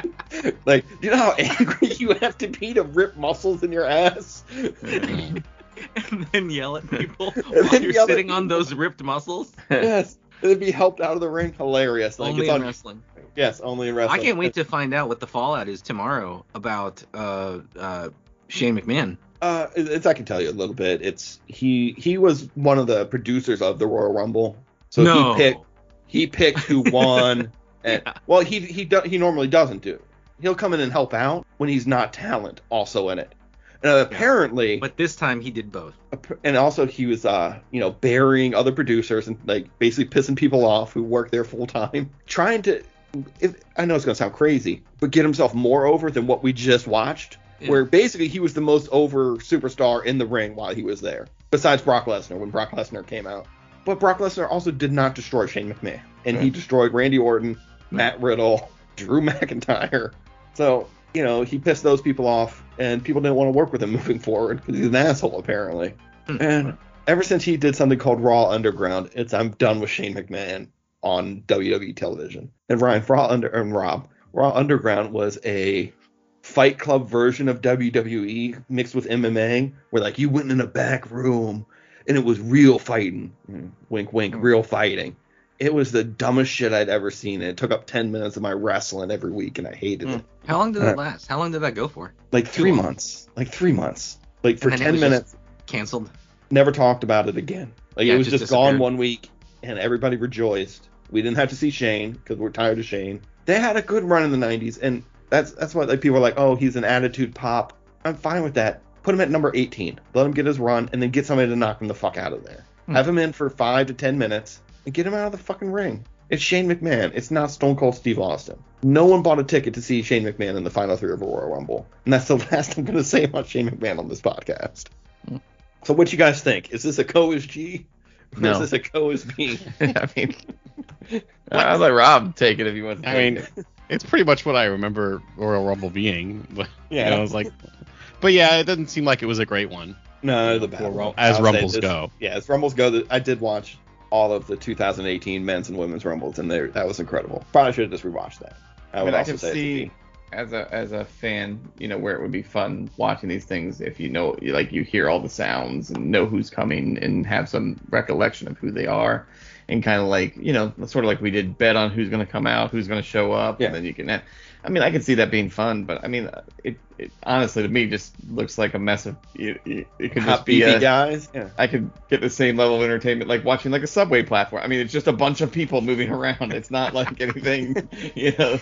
S1: like, you know how angry you have to be to rip muscles in your ass?
S3: and then yell at people
S1: then
S3: while you're
S1: yell at
S3: sitting on those ripped muscles.
S1: yes. It'd be helped out of the ring. Hilarious. Like
S3: only
S1: it's
S3: in
S1: on,
S3: wrestling.
S1: yes, only in wrestling.
S3: I can't wait to find out what the fallout is tomorrow about uh, uh, Shane McMahon.
S1: Uh, it's I can tell you a little bit. It's he he was one of the producers of the Royal Rumble, so
S3: no.
S1: he picked he picked who won. and
S3: Yeah.
S1: well, he he do, he normally doesn't do. He'll come in and help out when he's not talent also in it. And apparently,
S3: But this time he did both.
S1: and also he was uh you know burying other producers and like basically pissing people off who work there full time trying to if, i know it's going to sound crazy but get himself more over than what we just watched
S3: Yeah.
S1: where basically he was the most over superstar in the ring while he was there besides brock lesnar when brock lesnar came out but brock lesnar also did not destroy shane mcmahon and he
S2: Right.
S1: destroyed randy orton matt riddle drew mcintyre so you know he pissed those people off and people didn't want to work with him moving forward because he's an asshole apparently and ever since he did something called Raw Underground, it's I'm done with Shane McMahon on WWE television. And Ryan Raw Under and Rob Raw Underground was a Fight Club version of WWE mixed with MMA, where like you went in a back room and it was real fighting.
S3: Mm-hmm.
S1: Wink, wink, real fighting. It was the dumbest shit I'd ever seen. And it took up 10 minutes of my wrestling every week, and I hated it.
S3: How long did
S1: Alright.
S3: that last? How long did that go for?
S1: Like three
S3: long.
S1: months. Like three months. Like for
S3: And then it
S1: 10
S3: was just-
S1: minutes
S3: Canceled.
S1: never talked about it again. Like
S3: Yeah,
S1: it
S3: it
S1: was
S3: just
S1: just, gone
S3: disappeared.
S1: one week, and everybody rejoiced. We didn't have to see Shane because we're tired of Shane. They had a good run in the '90s, and that's that's why like people are like, oh, he's an attitude pop. I'm fine with that. Put him at number 18. Let him get his run, and then get somebody to knock him the fuck out of there.
S3: Hmm.
S1: Have him in for five to ten minutes, and get him out of the fucking ring. It's Shane McMahon. It's not Stone Cold Steve Austin. No one bought a ticket to see Shane McMahon in the final three of a Royal Rumble, and that's the last I'm going to say about Shane McMahon on this podcast.
S2: Hmm.
S1: So, what you guys think? Is this a co is G? Or
S2: No.
S1: Is this a co is B?
S2: I mean, I was like Rob, take it if you want. To
S4: I
S2: take
S4: mean,
S2: it.
S4: it's pretty much what I remember Royal Rumble being. But, yeah,
S1: Yeah.
S4: I was like, but yeah, it doesn't seem like it was a great one.
S1: No, the bad
S4: Well,
S1: one.
S4: as
S1: I'll say
S4: Rumbles
S1: this-
S4: go.
S1: Yeah, as Rumbles go, th- I did watch all of the 2018 men's and women's Rumbles, and they, that was incredible. Probably should have just rewatched that. I
S2: I,
S1: would
S2: mean, I
S1: also
S2: can
S1: say it's a
S2: see
S1: B.
S2: as a as a fan, you know, where it would be fun watching these things if you know, like, you hear all the sounds and know who's coming and have some recollection of who they are, and kind of like, you know, sort of like we did bet on who's going to come out, who's going to show up,
S1: Yeah.
S2: and then you can. I mean, I could see that being fun, but I mean, it, it honestly to me just looks like a mess of. It, it, it could
S1: Hot
S2: just be
S1: BB
S2: a,
S1: guys. Yeah.
S2: I could get the same level of entertainment like watching like a subway platform. I mean, it's just a bunch of people moving around. It's not like anything, you know,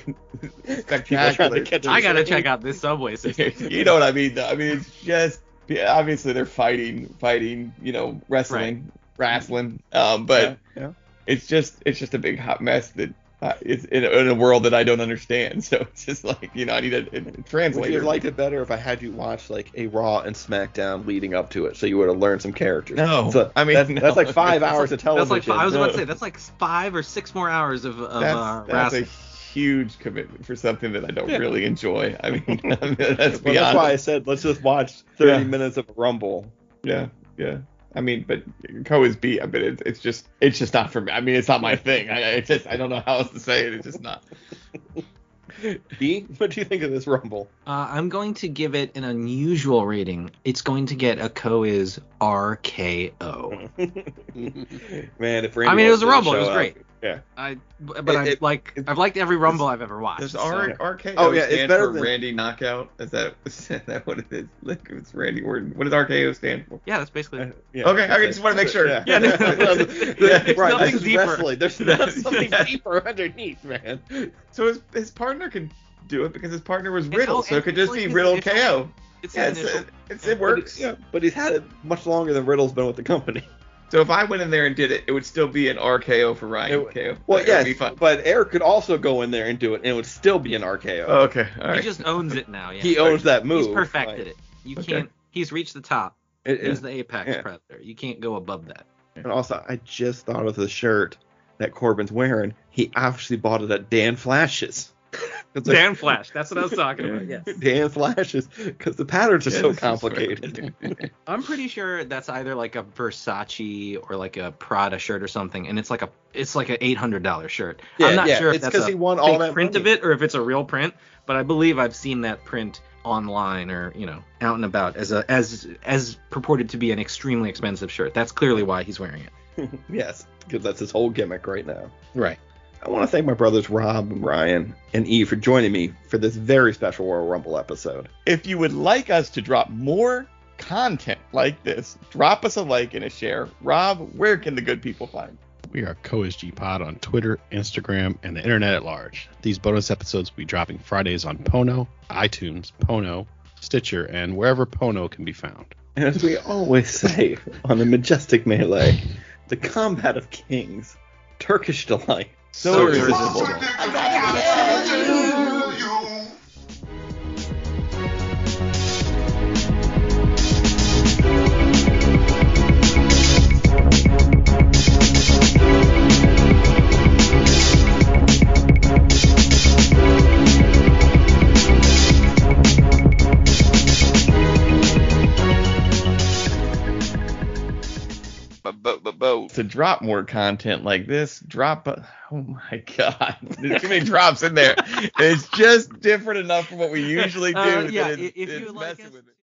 S1: People trying to
S2: spectacular.
S1: catch
S3: I gotta
S1: us.
S3: check out this subway system.
S2: you know what I mean? though. I mean, it's just yeah, obviously they're fighting, fighting, you know, wrestling, wrestling. Um, but
S1: Yeah, yeah.
S2: it's just it's just a big hot mess that uh, it's in, a- in a world that I don't understand. So it's just like you know, I need uh, a, a
S1: Would you
S2: translator.
S1: have liked it better if I had you watch like a Raw and SmackDown leading up to it, so you would have learned some characters?
S2: No.
S1: So
S2: I mean,
S1: that's,
S2: no.
S1: that's like five hours of
S3: That's
S1: television.
S3: like I was about to
S1: No.
S3: say that's like five or six more hours of, of
S2: that's,
S3: uh,
S2: that's a
S3: wrestling.
S2: huge commitment for something that I don't
S1: Yeah.
S2: really enjoy. I mean, that's,
S1: Well, that's why I
S2: honest.
S1: said let's just watch 30
S2: Yeah.
S1: minutes of Rumble.
S2: Yeah, yeah. I mean, but Co is B. I mean, it's it's just it's just not for me. I mean, it's not my thing. I, I just I don't know how else to say it. It's just not.
S1: B, what do you think of this Rumble?
S3: Uh, I'm going to give it an unusual rating. It's going to get a co-is RKO.
S1: Man, if Randy
S3: I mean, it was a
S1: Orton
S3: rumble.
S1: didn't
S3: It was
S1: show up-
S3: great.
S1: Yeah.
S3: I but
S2: It-
S3: I've
S2: it-
S3: like
S2: it-
S3: I've liked every rumble I've ever watched.
S2: There's
S3: so-
S2: R- RKO
S1: Oh, yeah, it's
S2: stand
S1: better
S2: for
S1: than-
S2: Randy Knockout. Is that is that what it is? Like it's Randy Orton. What does RKO stand for?
S3: Yeah, that's basically. it.
S1: Yeah.
S2: Okay, I just want to make sure.
S1: Yeah.
S3: Yeah, no,
S1: right,
S3: there's nothing
S1: this is
S3: deeper.
S1: wrestling. There's not something deeper underneath, man.
S2: So his his partner could do it because his partner was
S3: It's
S2: Riddle,
S3: all-
S2: so it could
S3: it's
S2: just
S3: like
S2: be
S3: his
S2: Riddle
S3: initial-
S2: KO.
S3: It's
S2: Yeah,
S3: an
S2: it's,
S3: initial.
S2: it's, it works.
S1: Yeah, but he's had it much longer than Riddle's been with the company.
S2: So if I went in there and did it, it would still be an RKO for Ryan
S1: It would-
S2: KO.
S1: Well,
S2: it would be
S1: yes,
S2: fun.
S1: but Eric could also go in there and do it, and it would still be an RKO.
S2: Okay, all
S3: He
S2: right.
S3: just owns it now. Yeah.
S1: he owns that move.
S3: He's perfected it. You
S2: Okay.
S3: can't. He's reached the top.
S1: It
S3: He's
S1: is.
S3: the apex
S1: Yeah.
S3: predator. You can't go above that.
S1: And also, I just thought of the shirt that Corbin's wearing. He obviously bought it at Dan Flash's. 'Cause they're-
S3: Dan Flash. That's what I was talking about. Yes.
S1: Dan Flash's, because the patterns are
S2: Yeah,
S1: so
S2: this is where-
S1: complicated.
S3: I'm pretty sure that's either like a Versace or like a Prada shirt or something, and it's like a it's like an eight hundred dollar shirt. I'm not sure if
S1: it's
S3: that's a
S1: because he won all
S3: fake
S1: that
S3: print
S1: money.
S3: of it or if it's a real print, but I believe I've seen that print online or you know out and about as a as as purported to be an extremely expensive shirt. That's clearly why he's wearing it.
S1: yes, because that's his whole gimmick right now.
S4: Right.
S1: I want to thank my brothers Rob and Ryan and Eve for joining me for this very special Royal Rumble episode.
S2: if you would like us to drop more content like this, drop us a like and a share. Rob, where can the good people find? you?
S4: We are CoSG Pod on Twitter, Instagram, and the internet at large. These bonus episodes will be dropping Fridays on Pono, iTunes, Pono, Stitcher, and wherever Pono can be found.
S1: And as we always say on the Majestic Melee, the combat of kings, Turkish delight.
S2: So,
S4: irresistible.
S2: irresistible.
S5: you.
S2: To drop more content like this, drop. A, oh my God, there's too many drops in there. It's just different enough from what we usually do.
S3: Uh,
S2: that
S3: yeah,
S2: it's-
S3: if you
S2: it's
S3: would like
S2: messing
S3: us
S2: with it.